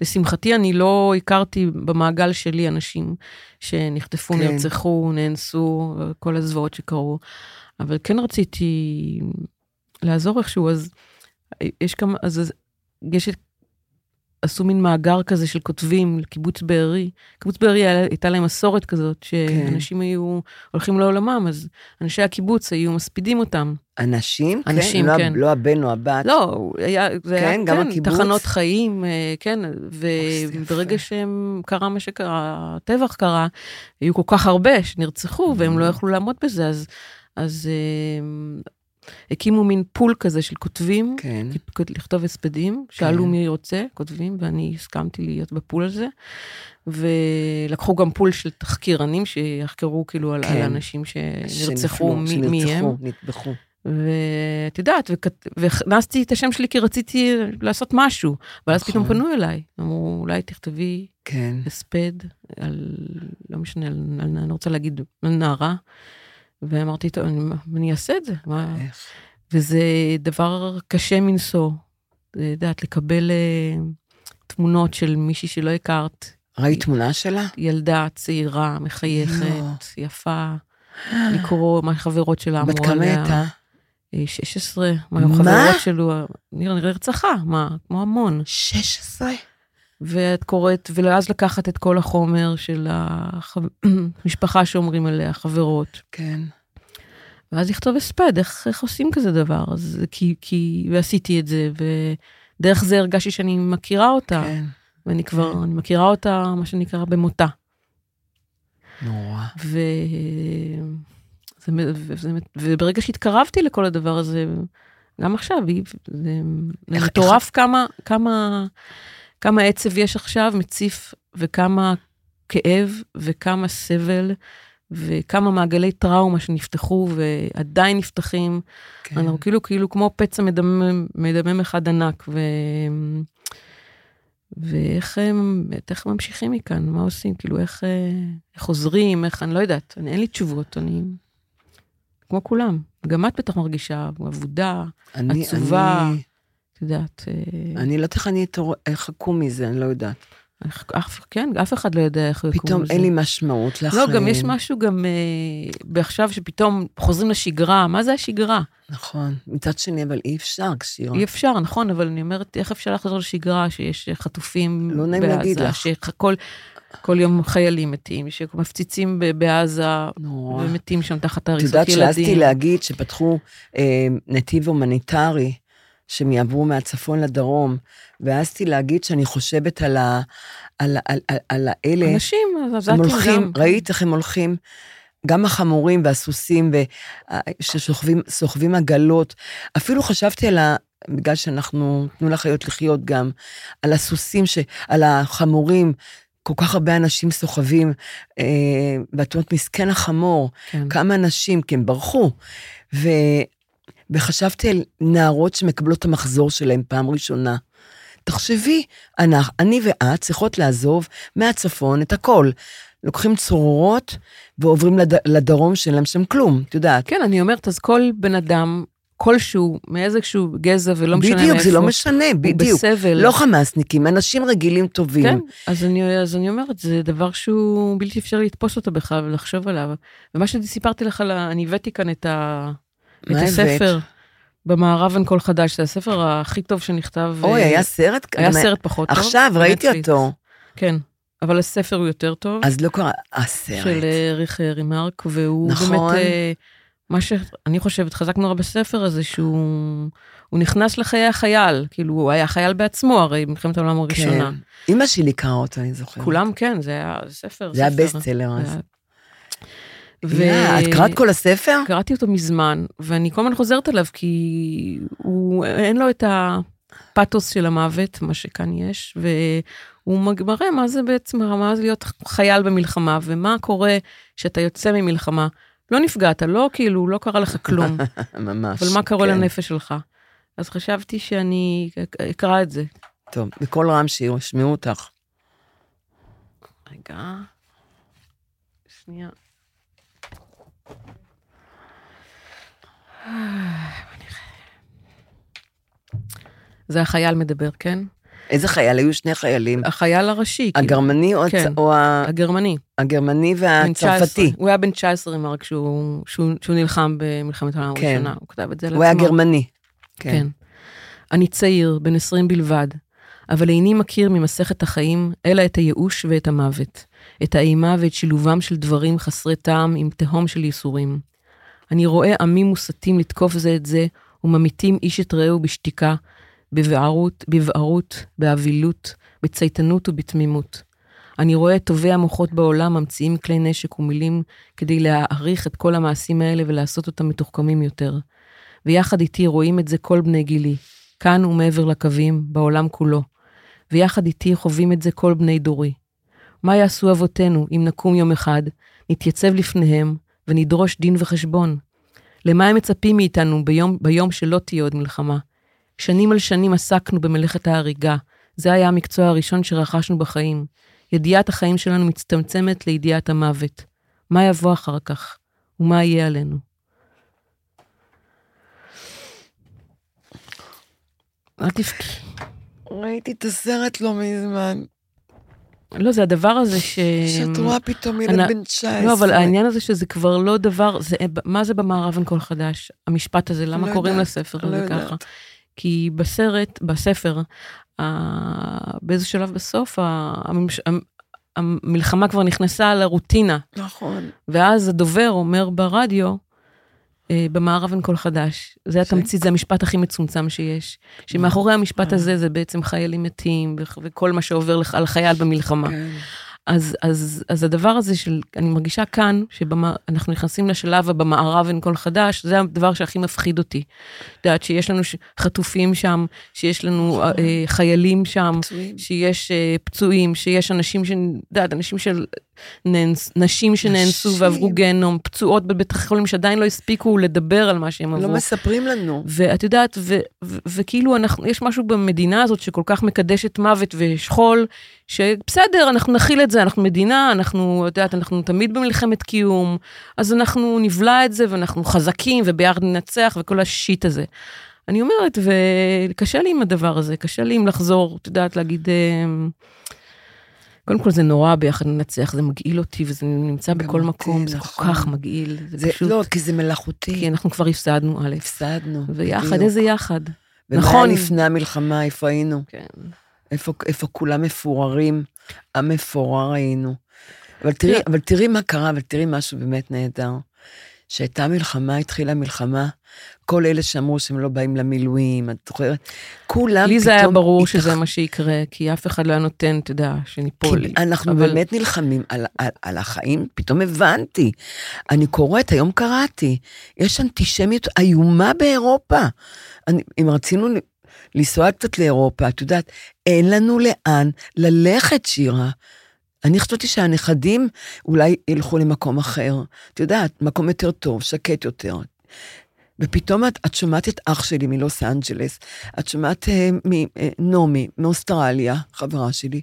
[SPEAKER 1] לשמחתי, אני לא הכרתי במעגל שלי אנשים שנחטפו,
[SPEAKER 2] כן.
[SPEAKER 1] כן. נרצחו, נאנסו, כל הזוועות שקרו, אבל כן רציתי לעזור איכשהו, אז יש כמה, אז אז יש את... עשו מין מאגר כזה של כותבים, קיבוץ בארי. קיבוץ בארי היה- הייתה להם מסורת כזאת,
[SPEAKER 2] כן.
[SPEAKER 1] שאנשים היו הולכים לעולמם, אז אנשי הקיבוץ היו מספידים אותם.
[SPEAKER 2] אנשים?
[SPEAKER 1] אנשים,
[SPEAKER 2] לא ה-
[SPEAKER 1] כן.
[SPEAKER 2] לא הבן או הבת.
[SPEAKER 1] לא, היה, זה היה,
[SPEAKER 2] כן, גם הקיבוץ?
[SPEAKER 1] תחנות חיים, אה, כן,
[SPEAKER 2] זה יפה.
[SPEAKER 1] וברגע שהם, קרה מה
[SPEAKER 2] Mm-hmm.
[SPEAKER 1] שקרה, הטבח קרה, היו כל כך הרבה שנרצחו, והם לא יכלו לעמוד בזה, אז אז אה, הקימו מין פול כזה של כותבים,
[SPEAKER 2] כן.
[SPEAKER 1] כ- כ- לכתוב הספדים, שאלו מי רוצה, כותבים, ואני הסכמתי להיות בפול הזה. ולקחו גם פול של תחקירנים שיחקרו כאילו על,
[SPEAKER 2] כן.
[SPEAKER 1] על אנשים שנרצחו,
[SPEAKER 2] שנפלו,
[SPEAKER 1] אה, מי,
[SPEAKER 2] שנרצחו,
[SPEAKER 1] מי הם.
[SPEAKER 2] נטבחו.
[SPEAKER 1] ואת יודעת, וכת- והכנסתי את השם שלי כי רציתי לעשות משהו, ואז
[SPEAKER 2] נכון.
[SPEAKER 1] פתאום פנו אליי, אמרו, אולי תכתבי
[SPEAKER 2] כן.
[SPEAKER 1] הספד על, לא משנה, על, על, אני רוצה להגיד, על נערה. ואמרתי, טוב, אני, אני אעשה את זה. מה?
[SPEAKER 2] איך?
[SPEAKER 1] וזה דבר קשה מנשוא, את יודעת, לקבל אה, תמונות של מישהי שלא הכרת,
[SPEAKER 2] ראית תמונה שלה?
[SPEAKER 1] ילדה צעירה, מחייכת,
[SPEAKER 2] לא.
[SPEAKER 1] יפה, לקרוא מה חברות שלה
[SPEAKER 2] בת
[SPEAKER 1] אמרו
[SPEAKER 2] כמה
[SPEAKER 1] עליה.
[SPEAKER 2] הייתה?
[SPEAKER 1] אה, 16, מה
[SPEAKER 2] מה?
[SPEAKER 1] היו חברות שלו, נראה נראה רצחה, מה, כמו המון.
[SPEAKER 2] 16?
[SPEAKER 1] ואת קוראת, ואז לקחת את כל החומר של המשפחה שאומרים עליה, חברות.
[SPEAKER 2] כן.
[SPEAKER 1] ואז לכתוב הספד, איך, איך עושים כזה דבר? אז כי, כי, ועשיתי את זה, ודרך זה הרגשתי שאני מכירה אותה,
[SPEAKER 2] כן.
[SPEAKER 1] ואני כבר, אני מכירה אותה, מה שנקרא, במותה.
[SPEAKER 2] נורא.
[SPEAKER 1] ו... זה, מ- וזה, מ- וברגע שהתקרבתי לכל הדבר הזה, גם עכשיו, היא, זה
[SPEAKER 2] איך-
[SPEAKER 1] זה מטורף כמה, כמה, כמה עצב יש עכשיו, מציף, וכמה כאב, וכמה סבל, וכמה מעגלי טראומה שנפתחו ועדיין נפתחים.
[SPEAKER 2] כן.
[SPEAKER 1] כן. אנחנו כאילו, כאילו כמו פצע מדמם, מדמם אחד ענק, ו... ואיך הם, איך ממשיכים מכאן, מה עושים, כאילו איך, אה, איך עוזרים, איך, אני לא יודעת, אני, אין לי תשובות, אני כמו כולם. גם את בטח מרגישה אבודה,
[SPEAKER 2] אני-
[SPEAKER 1] עצובה.
[SPEAKER 2] אני-
[SPEAKER 1] את יודעת, אה,
[SPEAKER 2] אני לא יודעת איך אני אתעור- איך אקום מזה, אני לא יודעת.
[SPEAKER 1] איך- אף, כן, אף אחד לא יודע איך יקום
[SPEAKER 2] פתאום
[SPEAKER 1] לזה.
[SPEAKER 2] אין לי משמעות לחיים.
[SPEAKER 1] לא, גם יש משהו גם אה, בעכשיו שפתאום חוזרים לשגרה, מה זה השגרה?
[SPEAKER 2] נכון. מצד שני, אבל אי אפשר כשיר.
[SPEAKER 1] אי אפשר, נכון, אבל אני אומרת, איך אפשר לחזור לשגרה שיש חטופים
[SPEAKER 2] לא נעים להגיד לך.
[SPEAKER 1] שכל כל יום חיילים מתים, שמפציצים ב- בעזה,
[SPEAKER 2] נורא.
[SPEAKER 1] ומתים שם תחת
[SPEAKER 2] את
[SPEAKER 1] הריסות
[SPEAKER 2] יודעת,
[SPEAKER 1] ילדים.
[SPEAKER 2] שהעזתי להגיד שפתחו אה, נתיב הומניטרי, שהם יעברו מהצפון לדרום, והעזתי להגיד שאני חושבת על, ה, על, על, על, על האלה,
[SPEAKER 1] אנשים, אז
[SPEAKER 2] הם
[SPEAKER 1] עזתים
[SPEAKER 2] הולכים,
[SPEAKER 1] גם. כן.
[SPEAKER 2] ראית איך הם הולכים? גם החמורים והסוסים, ו- ששוכבים סוחבים עגלות. אפילו חשבתי על ה... בגלל שאנחנו, תנו לחיות לחיות גם, על הסוסים, ש, על החמורים, כל כך הרבה אנשים סוחבים, אה, ואת אומרת, מסכן החמור,
[SPEAKER 1] כן.
[SPEAKER 2] כמה אנשים, כי הם ברחו. ו, וחשבתי על נערות שמקבלות את המחזור שלהם פעם ראשונה. תחשבי, אנחנו, אני ואת צריכות לעזוב מהצפון את הכל. לוקחים צרורות ועוברים לד, לדרום שאין להם שם כלום, את יודעת.
[SPEAKER 1] כן, אני אומרת, אז כל בן אדם, כלשהו, מאיזשהו גזע ולא משנה מאיפה,
[SPEAKER 2] בדיוק, זה לא משנה,
[SPEAKER 1] הוא
[SPEAKER 2] בדיוק.
[SPEAKER 1] בסבל.
[SPEAKER 2] לא חמאסניקים, אנשים רגילים טובים.
[SPEAKER 1] כן, אז אני, אז אני אומרת, זה דבר שהוא בלתי אפשרי לתפוס אותו בכלל ולחשוב עליו. ומה שסיפרתי לך, על ה- אני הבאתי כאן את, ה, את
[SPEAKER 2] מה הבאת?
[SPEAKER 1] הספר, במערב אין כל חדש, זה הספר הכי טוב שנכתב.
[SPEAKER 2] אוי,
[SPEAKER 1] אה,
[SPEAKER 2] היה סרט?
[SPEAKER 1] היה
[SPEAKER 2] גם-
[SPEAKER 1] סרט פחות טוב.
[SPEAKER 2] עכשיו, ראיתי
[SPEAKER 1] בנטפליקס.
[SPEAKER 2] אותו.
[SPEAKER 1] כן, אבל הספר הוא יותר טוב,
[SPEAKER 2] אז לא קרה,
[SPEAKER 1] של
[SPEAKER 2] הסרט.
[SPEAKER 1] אה, אריך אה, רימרק, והוא
[SPEAKER 2] נכון.
[SPEAKER 1] באמת, אה, מה שאני חושבת חזק נורא בספר הזה, שהוא הוא נכנס לחיי החייל, כאילו הוא היה חייל בעצמו הרי במלחמת העולם
[SPEAKER 2] כן.
[SPEAKER 1] הראשונה.
[SPEAKER 2] אימא שלי קראה אותו, אני זוכרת.
[SPEAKER 1] כולם אה, כן, זה היה ספר.
[SPEAKER 2] זה היה
[SPEAKER 1] ספר.
[SPEAKER 2] בסטסלר אז.
[SPEAKER 1] ו...
[SPEAKER 2] אה, את קראת כל הספר?
[SPEAKER 1] קראתי אותו מזמן, ואני כל הזמן חוזרת עליו, כי הוא, אין לו את הפאתוס של המוות, מה שכאן יש, והוא מג- מראה מה זה בעצם, מה זה להיות חייל במלחמה, ומה קורה כשאתה יוצא ממלחמה. לא נפגעת, לא כאילו, לא קרה לך כלום,
[SPEAKER 2] ממש.
[SPEAKER 1] אבל מה קורה
[SPEAKER 2] כן.
[SPEAKER 1] לנפש שלך? אז חשבתי שאני אק- אקרא את זה.
[SPEAKER 2] טוב, בקול רם שישמעו אותך.
[SPEAKER 1] רגע, שנייה. אה, בוא נראה. זה החייל מדבר, כן?
[SPEAKER 2] איזה חייל? היו שני חיילים.
[SPEAKER 1] החייל הראשי, כאילו,
[SPEAKER 2] הגרמני או הצ-
[SPEAKER 1] אה, כן.
[SPEAKER 2] או ה-
[SPEAKER 1] הגרמני.
[SPEAKER 2] הגרמני
[SPEAKER 1] בן 19.
[SPEAKER 2] והצרפתי?
[SPEAKER 1] הוא היה בן 19 רימר כשהוא שהוא- שהוא נלחם במלחמת העולם
[SPEAKER 2] כן.
[SPEAKER 1] הראשונה. הוא כתב את זה על עצמו.
[SPEAKER 2] הוא היה גרמני.
[SPEAKER 1] כן. אני צעיר, בן 20 בלבד, אבל איני מכיר ממסכת החיים, אלא את הייאוש ואת המוות, את האימה ואת שילובם של דברים חסרי טעם עם תהום של ייסורים. אני רואה עמים מוסתים לתקוף זה את זה, וממיתים איש את רעהו בשתיקה, בבערות, בבערות, באבילות, בצייתנות ובתמימות. אני רואה את טובי המוחות בעולם ממציאים כלי נשק ומילים כדי להעריך את כל המעשים האלה ולעשות אותם מתוחכמים יותר. ויחד איתי רואים את זה כל בני גילי, כאן ומעבר לקווים, בעולם כולו. ויחד איתי חווים את זה כל בני דורי. מה יעשו אבותינו אם נקום יום אחד, נתייצב לפניהם ונדרוש דין וחשבון? למה הם מצפים מאיתנו ביום, ביום שלא תהיה עוד מלחמה? שנים על שנים עסקנו במלאכת ההריגה, זה היה המקצוע הראשון שרכשנו בחיים. ידיעת החיים שלנו מצטמצמת לידיעת המוות. מה יבוא אחר כך? ומה יהיה עלינו? אל תבכי.
[SPEAKER 3] ראיתי את הסרט לא מזמן.
[SPEAKER 1] לא, זה הדבר הזה ש...
[SPEAKER 3] שאת רואה פתאום ילד
[SPEAKER 1] אמ, אני-
[SPEAKER 3] בן 19.
[SPEAKER 1] לא, אבל העניין הזה שזה כבר לא דבר, זה, מה זה במערב אין כל חדש? המשפט הזה, למה
[SPEAKER 3] לא
[SPEAKER 1] קוראים
[SPEAKER 3] יודעת,
[SPEAKER 1] לספר
[SPEAKER 3] לא
[SPEAKER 1] הזה
[SPEAKER 3] יודעת.
[SPEAKER 1] ככה? כי בסרט, בספר, ה- באיזה שלב בסוף, ה- הממש- המ- המלחמה כבר נכנסה לרוטינה,
[SPEAKER 3] נכון.
[SPEAKER 1] ואז הדובר אומר ברדיו, אה, במערב אין כל חדש. זה
[SPEAKER 3] ש-
[SPEAKER 1] התמצית, זה המשפט הכי מצומצם שיש. שמאחורי המשפט
[SPEAKER 3] אה.
[SPEAKER 1] הזה זה בעצם חיילים מתים, ו- וכל מה שעובר לח- על חייל במלחמה.
[SPEAKER 3] כן.
[SPEAKER 1] אז, אז, אז הדבר הזה של, אני מרגישה כאן, שאנחנו נכנסים לשלב הבמערב אין כל חדש, זה הדבר שהכי מפחיד אותי. את יודעת, שיש לנו ש- חטופים שם, שיש לנו אה, אה, חיילים שם,
[SPEAKER 3] נכון. פצועים.
[SPEAKER 1] שיש אה, פצועים, שיש אנשים ש... את יודעת, אנשים של... נאנס, נשים שנאנסו
[SPEAKER 3] נשים.
[SPEAKER 1] ועברו גנום, פצועות בבית החולים שעדיין לא הספיקו לדבר על מה שהם עברו.
[SPEAKER 3] לא מספרים לנו.
[SPEAKER 1] ואת יודעת, ו, ו, וכאילו אנחנו, יש משהו במדינה הזאת שכל כך מקדשת מוות ושכול, שבסדר, אנחנו נכיל את זה, אנחנו מדינה, אנחנו, את יודעת, אנחנו תמיד במלחמת קיום, אז אנחנו נבלע את זה ואנחנו חזקים וביחד ננצח וכל השיט הזה. אני אומרת, וקשה לי עם הדבר הזה, קשה לי עם לחזור, את יודעת, להגיד... אמ, קודם כל זה נורא ביחד ננצח, זה מגעיל אותי וזה נמצא
[SPEAKER 3] גם
[SPEAKER 1] בכל
[SPEAKER 3] אותי,
[SPEAKER 1] מקום, זה כל
[SPEAKER 3] נכון.
[SPEAKER 1] כך מגעיל,
[SPEAKER 3] זה
[SPEAKER 1] זה פשוט,
[SPEAKER 3] לא, כי זה מלאכותי.
[SPEAKER 1] כי אנחנו כבר הפסדנו, א',
[SPEAKER 3] הפסדנו.
[SPEAKER 1] ויחד,
[SPEAKER 3] בדיוק.
[SPEAKER 1] איזה יחד.
[SPEAKER 2] ומה
[SPEAKER 1] נכון.
[SPEAKER 2] היה לפני המלחמה, איפה היינו?
[SPEAKER 1] כן.
[SPEAKER 2] איפה, איפה כולם מפוררים? עם מפורר היינו. אבל תראי,
[SPEAKER 1] כן.
[SPEAKER 2] אבל תראי מה קרה, אבל תראי משהו באמת נהדר. שהייתה מלחמה, התחילה מלחמה, כל אלה שאמרו שהם לא באים למילואים, את זוכרת? כולם
[SPEAKER 1] לי זה היה
[SPEAKER 2] פתאום
[SPEAKER 1] ברור
[SPEAKER 2] התאח-
[SPEAKER 1] שזה מה שיקרה, כי אף אחד לא היה נותן, אתה יודע, שניפול.
[SPEAKER 2] כי אנחנו
[SPEAKER 1] אבל-
[SPEAKER 2] באמת נלחמים על, על, על החיים, פתאום הבנתי. אני קוראת, היום קראתי, יש אנטישמיות איומה באירופה. אני, אם רצינו ל- לנסוע קצת לאירופה, את יודעת, אין לנו לאן ללכת, שירה. אני חשבתי שהנכדים אולי ילכו למקום אחר. את יודעת, מקום יותר טוב, שקט יותר. ופתאום את, את שומעת את אח שלי מלוס אנג'לס, את שומעת אה, מ- אה, נעמי מאוסטרליה, חברה שלי,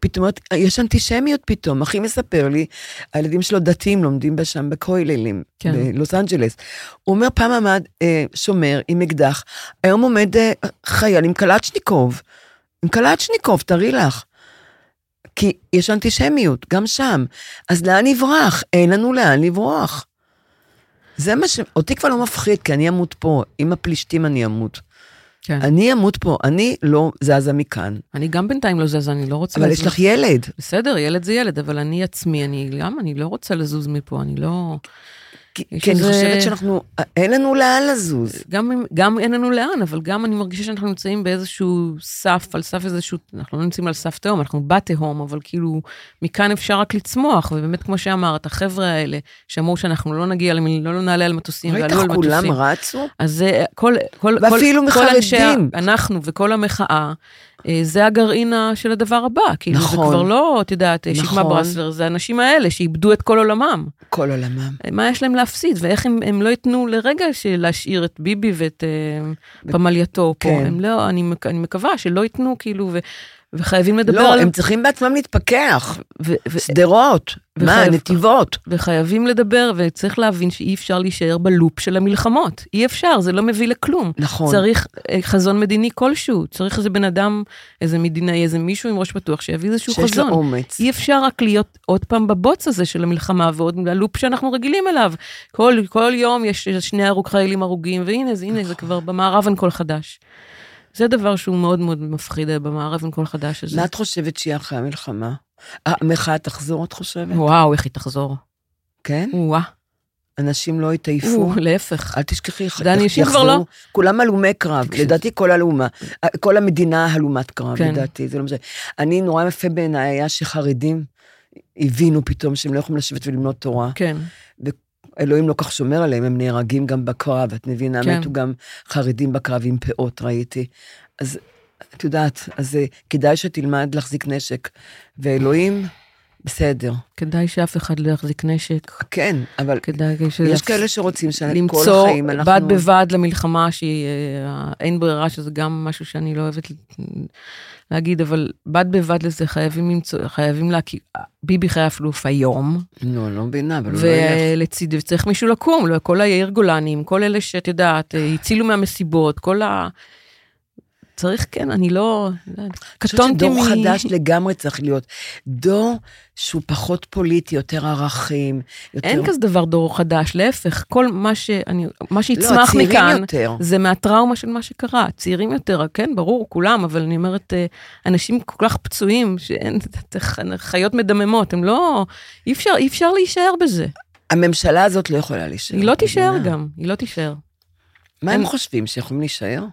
[SPEAKER 2] פתאום את, יש אנטישמיות פתאום, אחי מספר לי, הילדים שלו דתיים לומדים שם בכוללים,
[SPEAKER 1] כן.
[SPEAKER 2] כן. בלוס אנג'לס. הוא אומר, פעם עמד אה, שומר עם אקדח, היום עומד אה, חייל עם קלצ'ניקוב, עם קלצ'ניקוב, תארי לך. כי יש אנטישמיות, גם שם. אז לאן נברח? אין לנו לאן לברוח. זה מה ש... אותי כבר לא מפחיד, כי אני אמות פה. עם הפלישתים אני אמות.
[SPEAKER 1] כן.
[SPEAKER 2] אני אמות פה, אני לא זזה מכאן.
[SPEAKER 1] אני גם בינתיים לא זזה, אני לא רוצה
[SPEAKER 2] אבל
[SPEAKER 1] לזוז.
[SPEAKER 2] יש לך ילד.
[SPEAKER 1] בסדר, ילד זה ילד, אבל אני עצמי, אני גם, אני לא רוצה לזוז מפה, אני לא...
[SPEAKER 2] כי
[SPEAKER 1] יש
[SPEAKER 2] כי אני
[SPEAKER 1] איזה-
[SPEAKER 2] חושבת שאנחנו... אין לנו לאן לזוז.
[SPEAKER 1] גם, אם- גם אין לנו לאן, אבל גם אני מרגישה שאנחנו נמצאים באיזשהו סף, על סף איזשהו, אנחנו לא נמצאים על סף תהום, אנחנו בתהום, אבל כאילו, מכאן אפשר רק לצמוח, ובאמת, כמו שאמרת, החבר'ה האלה, שאמרו שאנחנו לא נגיע, למי- לא, לא נעלה על מטוסים,
[SPEAKER 2] ראית
[SPEAKER 1] ועלו
[SPEAKER 2] איך
[SPEAKER 1] על מטוסים.
[SPEAKER 2] כולם רצו?
[SPEAKER 1] אז זה כל, כל,
[SPEAKER 2] ואפילו
[SPEAKER 1] כל, כל אנשי,
[SPEAKER 2] מחרדים.
[SPEAKER 1] אנחנו וכל המחאה, אה, זה הגרעין ה- של הדבר הבא. כאילו,
[SPEAKER 2] נכון.
[SPEAKER 1] זה כבר לא, את יודעת, נכון. שקמה
[SPEAKER 2] נכון.
[SPEAKER 1] ברסלר, זה האנשים האלה שאיבדו את כל עולמם.
[SPEAKER 2] כל עולמם.
[SPEAKER 1] אה, מה יש להם להפסיד, ואיך הם, הם לא ייתנו לרגע של להשאיר את ביבי ואת ו... פמלייתו פה.
[SPEAKER 2] כן.
[SPEAKER 1] הם לא, אני, מק- אני מקווה שלא ייתנו, כאילו, ו, וחייבים לדבר
[SPEAKER 2] לא,
[SPEAKER 1] על...
[SPEAKER 2] הם צריכים בעצמם להתפכח.
[SPEAKER 1] ו, ו,
[SPEAKER 2] שדרות. מה,
[SPEAKER 1] וחייב-
[SPEAKER 2] נתיבות.
[SPEAKER 1] וחייבים לדבר, וצריך להבין שאי אפשר להישאר בלופ של המלחמות. אי אפשר, זה לא מביא לכלום.
[SPEAKER 2] נכון.
[SPEAKER 1] צריך אה, חזון מדיני כלשהו, צריך איזה בן אדם, איזה מדינאי, איזה מישהו עם ראש פתוח שיביא איזשהו
[SPEAKER 2] שיש לו
[SPEAKER 1] חזון.
[SPEAKER 2] אומץ.
[SPEAKER 1] אי אפשר רק להיות עוד פעם בבוץ הזה של המלחמה ועוד הלופ שאנחנו רגילים אליו. כל, כל יום יש שני הרוג חיילים הרוגים, והנה, זה,
[SPEAKER 2] נכון.
[SPEAKER 1] הנה, זה כבר במערב אין כל חדש. זה דבר שהוא מאוד מאוד מפחיד אה, במערב אין כל חדש הזה.
[SPEAKER 2] מה את חושבת שיהיה אחרי המלחמה? המחאה תחזור, את חושבת?
[SPEAKER 1] וואו, איך היא תחזור.
[SPEAKER 2] כן?
[SPEAKER 1] וואה.
[SPEAKER 2] אנשים לא התעייפו.
[SPEAKER 1] הוא, להפך.
[SPEAKER 2] אל תשכחי, ח-
[SPEAKER 1] דני,
[SPEAKER 2] יחזרו,
[SPEAKER 1] אנשים כבר לא.
[SPEAKER 2] כולם הלומי קרב,
[SPEAKER 1] תקשיב.
[SPEAKER 2] לדעתי כל הלומה, כל המדינה הלומת קרב,
[SPEAKER 1] כן.
[SPEAKER 2] לדעתי, זה לא משנה. אני, נורא יפה בעיניי היה שחרדים הבינו פתאום שהם לא יכולים לשבת וללמוד תורה.
[SPEAKER 1] כן,
[SPEAKER 2] אלוהים לא כך שומר עליהם, הם נהרגים גם בקרב, את מבינה?
[SPEAKER 1] כן.
[SPEAKER 2] מתו גם חרדים בקרב עם פאות, ראיתי. אז את יודעת, אז אה, כדאי שתלמד להחזיק נשק. ואלוהים, בסדר.
[SPEAKER 1] כדאי שאף אחד לא יחזיק נשק.
[SPEAKER 2] כן, אבל
[SPEAKER 1] כדאי
[SPEAKER 2] יש
[SPEAKER 1] שיפ-
[SPEAKER 2] כאלה שרוצים שכל
[SPEAKER 1] למצוא
[SPEAKER 2] החיים אנחנו...
[SPEAKER 1] בד בבד למלחמה שהיא אה, אין ברירה, שזה גם משהו שאני לא אוהבת להגיד, אבל בד בבד לזה חייבים למצוא, חייבים להקים, ביבי חייב לעוף היום,
[SPEAKER 2] לא, אני לא מבינה, אבל הוא לא ילך.
[SPEAKER 1] ולצידי צריך מישהו לקום, לא, כל היאיר גולנים, כל אלה שאת יודעת, אה, הצילו מהמסיבות, כל ה... צריך, כן, אני לא...
[SPEAKER 2] אני חושבת שדור חדש לגמרי צריך להיות. דור שהוא פחות פוליטי, יותר ערכים, יותר...
[SPEAKER 1] אין כזה דבר דור חדש, להפך, כל מה, שאני, מה
[SPEAKER 2] לא,
[SPEAKER 1] שיצמח
[SPEAKER 2] הצעירים
[SPEAKER 1] מכאן,
[SPEAKER 2] יותר.
[SPEAKER 1] זה מהטראומה של מה שקרה, צעירים יותר, כן, ברור, כולם, אבל אני אומרת, אה, אנשים כל כך פצועים, שאין, זה ח- חיות מדממות, הם לא, אי אפשר, אי אפשר להישאר בזה.
[SPEAKER 2] הממשלה הזאת לא יכולה להישאר.
[SPEAKER 1] היא לא תישאר
[SPEAKER 2] מבינה?
[SPEAKER 1] גם, היא לא תישאר.
[SPEAKER 2] מה הם
[SPEAKER 1] הם-
[SPEAKER 2] חושבים, שיכולים להישאר?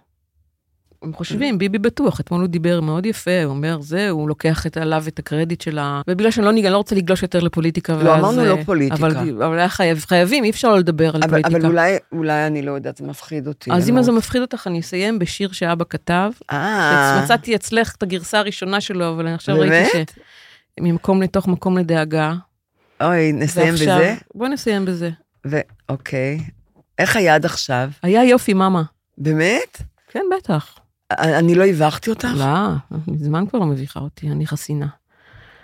[SPEAKER 1] הם חושבים, ביבי בטוח, אתמול הוא דיבר מאוד יפה, הוא אומר, זה, הוא לוקח את עליו את הקרדיט של ה... ובגלל שאני לא, ניג- אני לא רוצה לגלוש יותר לפוליטיקה, ואז...
[SPEAKER 2] אמרנו
[SPEAKER 1] אה,
[SPEAKER 2] לא פוליטיקה.
[SPEAKER 1] אבל, אבל היה חייב, חייבים, אי אפשר לא לדבר על
[SPEAKER 2] אבל,
[SPEAKER 1] פוליטיקה.
[SPEAKER 2] אבל אולי, אולי אני לא יודעת, זה מפחיד אותי.
[SPEAKER 1] אז
[SPEAKER 2] אני
[SPEAKER 1] אם
[SPEAKER 2] לא
[SPEAKER 1] זה
[SPEAKER 2] רוצה-
[SPEAKER 1] מפחיד אותך, אני אסיים בשיר שאבא כתב.
[SPEAKER 2] אה,
[SPEAKER 1] מצאתי אצלך את הגרסה הראשונה שלו, אבל אני עכשיו ראיתי
[SPEAKER 2] באמת?
[SPEAKER 1] ש... ממקום לתוך מקום לדאגה.
[SPEAKER 2] אוי, נסיים
[SPEAKER 1] ועכשיו-
[SPEAKER 2] בזה?
[SPEAKER 1] בוא נסיים בזה.
[SPEAKER 2] ו- אוקיי. איך היה עד עכשיו?
[SPEAKER 1] היה יופי, מאמה.
[SPEAKER 2] באמת?
[SPEAKER 1] כן, בטח.
[SPEAKER 2] א- אני לא הבכתי אותך?
[SPEAKER 1] לא, מזמן כבר לא מביכה אותי, אני חסינה.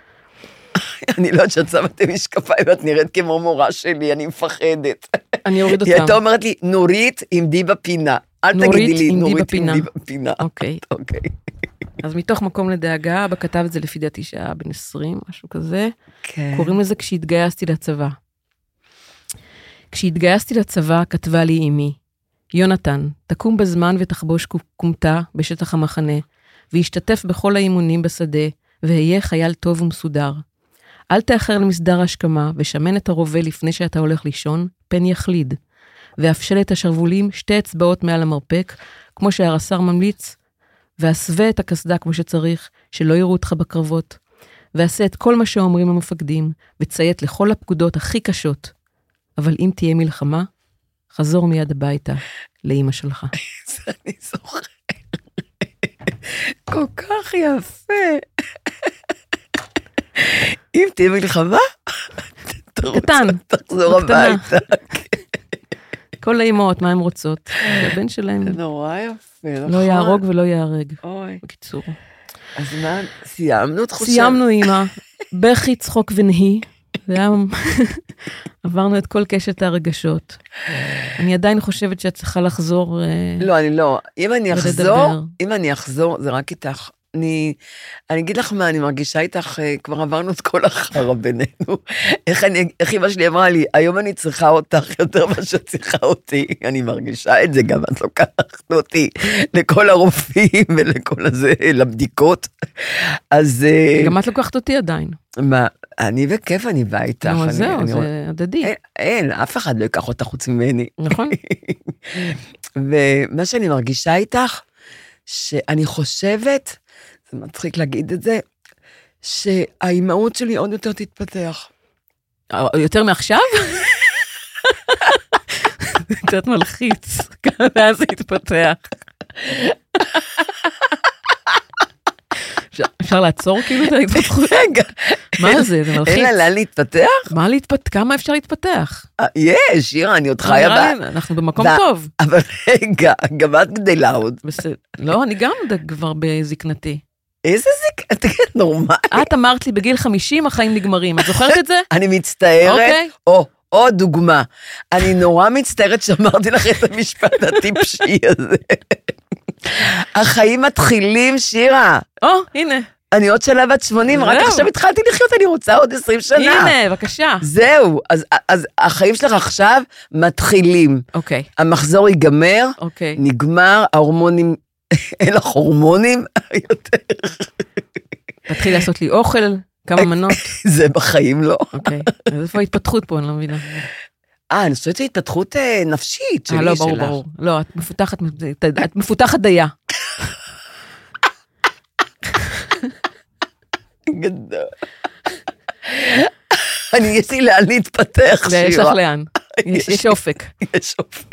[SPEAKER 2] אני לא יודעת שאת שמת לי משקפיים ואת נראית כמו מורה שלי, אני מפחדת.
[SPEAKER 1] אני אוריד
[SPEAKER 2] היא הייתה
[SPEAKER 1] אותם.
[SPEAKER 2] אומרת לי, נורית, עמדי בפינה. אל
[SPEAKER 1] נורית,
[SPEAKER 2] תגידי לי,
[SPEAKER 1] עמדי
[SPEAKER 2] נורית,
[SPEAKER 1] בפינה."
[SPEAKER 2] עמדי בפינה.
[SPEAKER 1] אוקיי.
[SPEAKER 2] אוקיי.
[SPEAKER 1] אז מתוך מקום לדאגה, אבא כתב את זה לפי דעתי שהיה בן 20, משהו כזה.
[SPEAKER 2] כן.
[SPEAKER 1] קוראים לזה כשהתגייסתי לצבא. כשהתגייסתי לצבא, כתבה לי אמי, יונתן, תקום בזמן ותחבוש כו- כומתה בשטח המחנה, והשתתף בכל האימונים בשדה, והיה חייל טוב ומסודר. אל תאחר למסדר ההשכמה, ושמן את הרובה לפני שאתה הולך לישון, פן יחליד. והפשל את השרוולים שתי אצבעות מעל המרפק, כמו שהרס"ר ממליץ, והסווה את הקסדה כמו שצריך, שלא יראו אותך בקרבות. ועשה את כל מה שאומרים המפקדים, וציית לכל הפקודות הכי קשות. אבל אם תהיה מלחמה, חזור מיד הביתה, לאימא שלך.
[SPEAKER 2] זה אני זוכרת. כל כך יפה. אם תהיה מלחמה, תרוץ,
[SPEAKER 1] קטן,
[SPEAKER 2] תחזור
[SPEAKER 1] בקטנה.
[SPEAKER 2] הביתה.
[SPEAKER 1] כל האימהות, מה הן רוצות? שהבן שלהן
[SPEAKER 2] נורא יפה, נכון.
[SPEAKER 1] לא יהרוג ולא ייהרג.
[SPEAKER 2] אוי.
[SPEAKER 1] בקיצור.
[SPEAKER 2] אז מה, סיימנו את חושבת?
[SPEAKER 1] סיימנו, אימא, בכי, צחוק ונהי. זה היה... עברנו את כל קשת הרגשות. אני עדיין חושבת שאת צריכה לחזור... אה,
[SPEAKER 2] לא, אני לא. אם אני
[SPEAKER 1] ולדבר.
[SPEAKER 2] אחזור, אם אני אחזור, זה רק איתך. אני, אני אגיד לך מה, אני מרגישה איתך, אה, כבר עברנו את כל החרא בינינו. איך, אני, איך אמא שלי אמרה לי, היום אני צריכה אותך יותר ממה שאת צריכה אותי. אני מרגישה את זה גם, את לוקחת אותי לכל הרופאים ולכל הזה, לבדיקות. אז אה,
[SPEAKER 1] גם את לוקחת אותי עדיין.
[SPEAKER 2] מה, אני בכיף, אני באה איתך.
[SPEAKER 1] נו,
[SPEAKER 2] אני-
[SPEAKER 1] אז זהו,
[SPEAKER 2] אני רואה- אה,
[SPEAKER 1] זה הדדי,
[SPEAKER 2] אין, אין, אף אחד לא ייקח אותך חוץ ממני.
[SPEAKER 1] נכון?
[SPEAKER 2] ומה שאני מרגישה איתך, שאני חושבת, זה מצחיק להגיד את זה, שהאימהות שלי עוד יותר תתפתח.
[SPEAKER 1] אה, יותר מעכשיו? זה קצת מלחיץ, גם אז זה התפתח. אפשר- אפשר לעצור כאילו את ההתפתחות?
[SPEAKER 2] רגע,
[SPEAKER 1] מה זה, זה
[SPEAKER 2] אין
[SPEAKER 1] מלחיץ.
[SPEAKER 2] לה לאן להתפתח?
[SPEAKER 1] מה להתפתח? כמה אפשר להתפתח?
[SPEAKER 2] אה, יש, שירה, אני עוד חיה
[SPEAKER 1] אה, נראה
[SPEAKER 2] בה.
[SPEAKER 1] לי, אנחנו במקום
[SPEAKER 2] ב-
[SPEAKER 1] טוב.
[SPEAKER 2] אבל רגע, גם את גדלה עוד.
[SPEAKER 1] בסדר. לא, אני גם ד- כבר בזקנתי.
[SPEAKER 2] איזה זה, את תגידי, נורמל.
[SPEAKER 1] את אמרת לי, בגיל 50 החיים נגמרים. את זוכרת את זה?
[SPEAKER 2] אני מצטערת.
[SPEAKER 1] אוקיי.
[SPEAKER 2] או, עוד דוגמה. אני נורא מצטערת שאמרתי לך את המשפט הטיפשי הזה. החיים מתחילים, שירה.
[SPEAKER 1] או, הנה,
[SPEAKER 2] אני עוד שנה בת 80, רק
[SPEAKER 1] זהו.
[SPEAKER 2] עכשיו התחלתי לחיות, אני רוצה עוד 20 שנה.
[SPEAKER 1] הנה, בבקשה.
[SPEAKER 2] זהו, אז, אז החיים שלך עכשיו מתחילים.
[SPEAKER 1] אוקיי,
[SPEAKER 2] המחזור ייגמר,
[SPEAKER 1] אוקיי.
[SPEAKER 2] נגמר, ההורמונים, אין לך הורמונים יותר,
[SPEAKER 1] תתחיל לעשות לי אוכל, כמה מנות.
[SPEAKER 2] זה בחיים לא.
[SPEAKER 1] אוקיי, אז איפה ההתפתחות פה? אני לא מבינה.
[SPEAKER 2] אה, אני חושבת שהתפתחות אה, נפשית שלי,
[SPEAKER 1] אה,
[SPEAKER 2] שלך.
[SPEAKER 1] לא, ברור, ברור. לא, את מפותחת, את מפותחת דייה.
[SPEAKER 2] גדול. אני, יש לי לאן להתפתח,
[SPEAKER 1] ויש לך
[SPEAKER 2] שירה.
[SPEAKER 1] לאן. יש יש אופק.
[SPEAKER 2] יש אופק.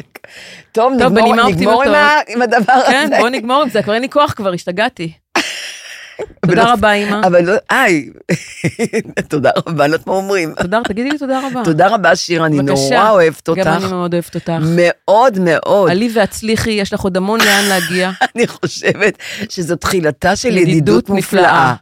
[SPEAKER 1] טוב,
[SPEAKER 2] טוב, נגמור,
[SPEAKER 1] בנימה
[SPEAKER 2] נגמור עם,
[SPEAKER 1] אופטימית,
[SPEAKER 2] ה, עם הדבר
[SPEAKER 1] כן,
[SPEAKER 2] הזה.
[SPEAKER 1] בוא נגמור עם זה, כבר אין לי כוח כבר, השתגעתי. תודה רבה, אימא.
[SPEAKER 2] אבל לא, היי, תודה רבה, לא יודעת מה אומרים.
[SPEAKER 1] תודה, תגידי לי תודה רבה.
[SPEAKER 2] תודה רבה, שירה, אני
[SPEAKER 1] אה. בבקשה.
[SPEAKER 2] נורא אוהבת
[SPEAKER 1] גם אני
[SPEAKER 2] אותך.
[SPEAKER 1] מאוד אוהבת אותך.
[SPEAKER 2] מאוד מאוד.
[SPEAKER 1] עלי והצליחי, יש לך עוד המון לאן להגיע.
[SPEAKER 2] אני חושבת שזו תחילתה של
[SPEAKER 1] ידידות
[SPEAKER 2] ידידות
[SPEAKER 1] נפלאה.
[SPEAKER 2] נפלאה.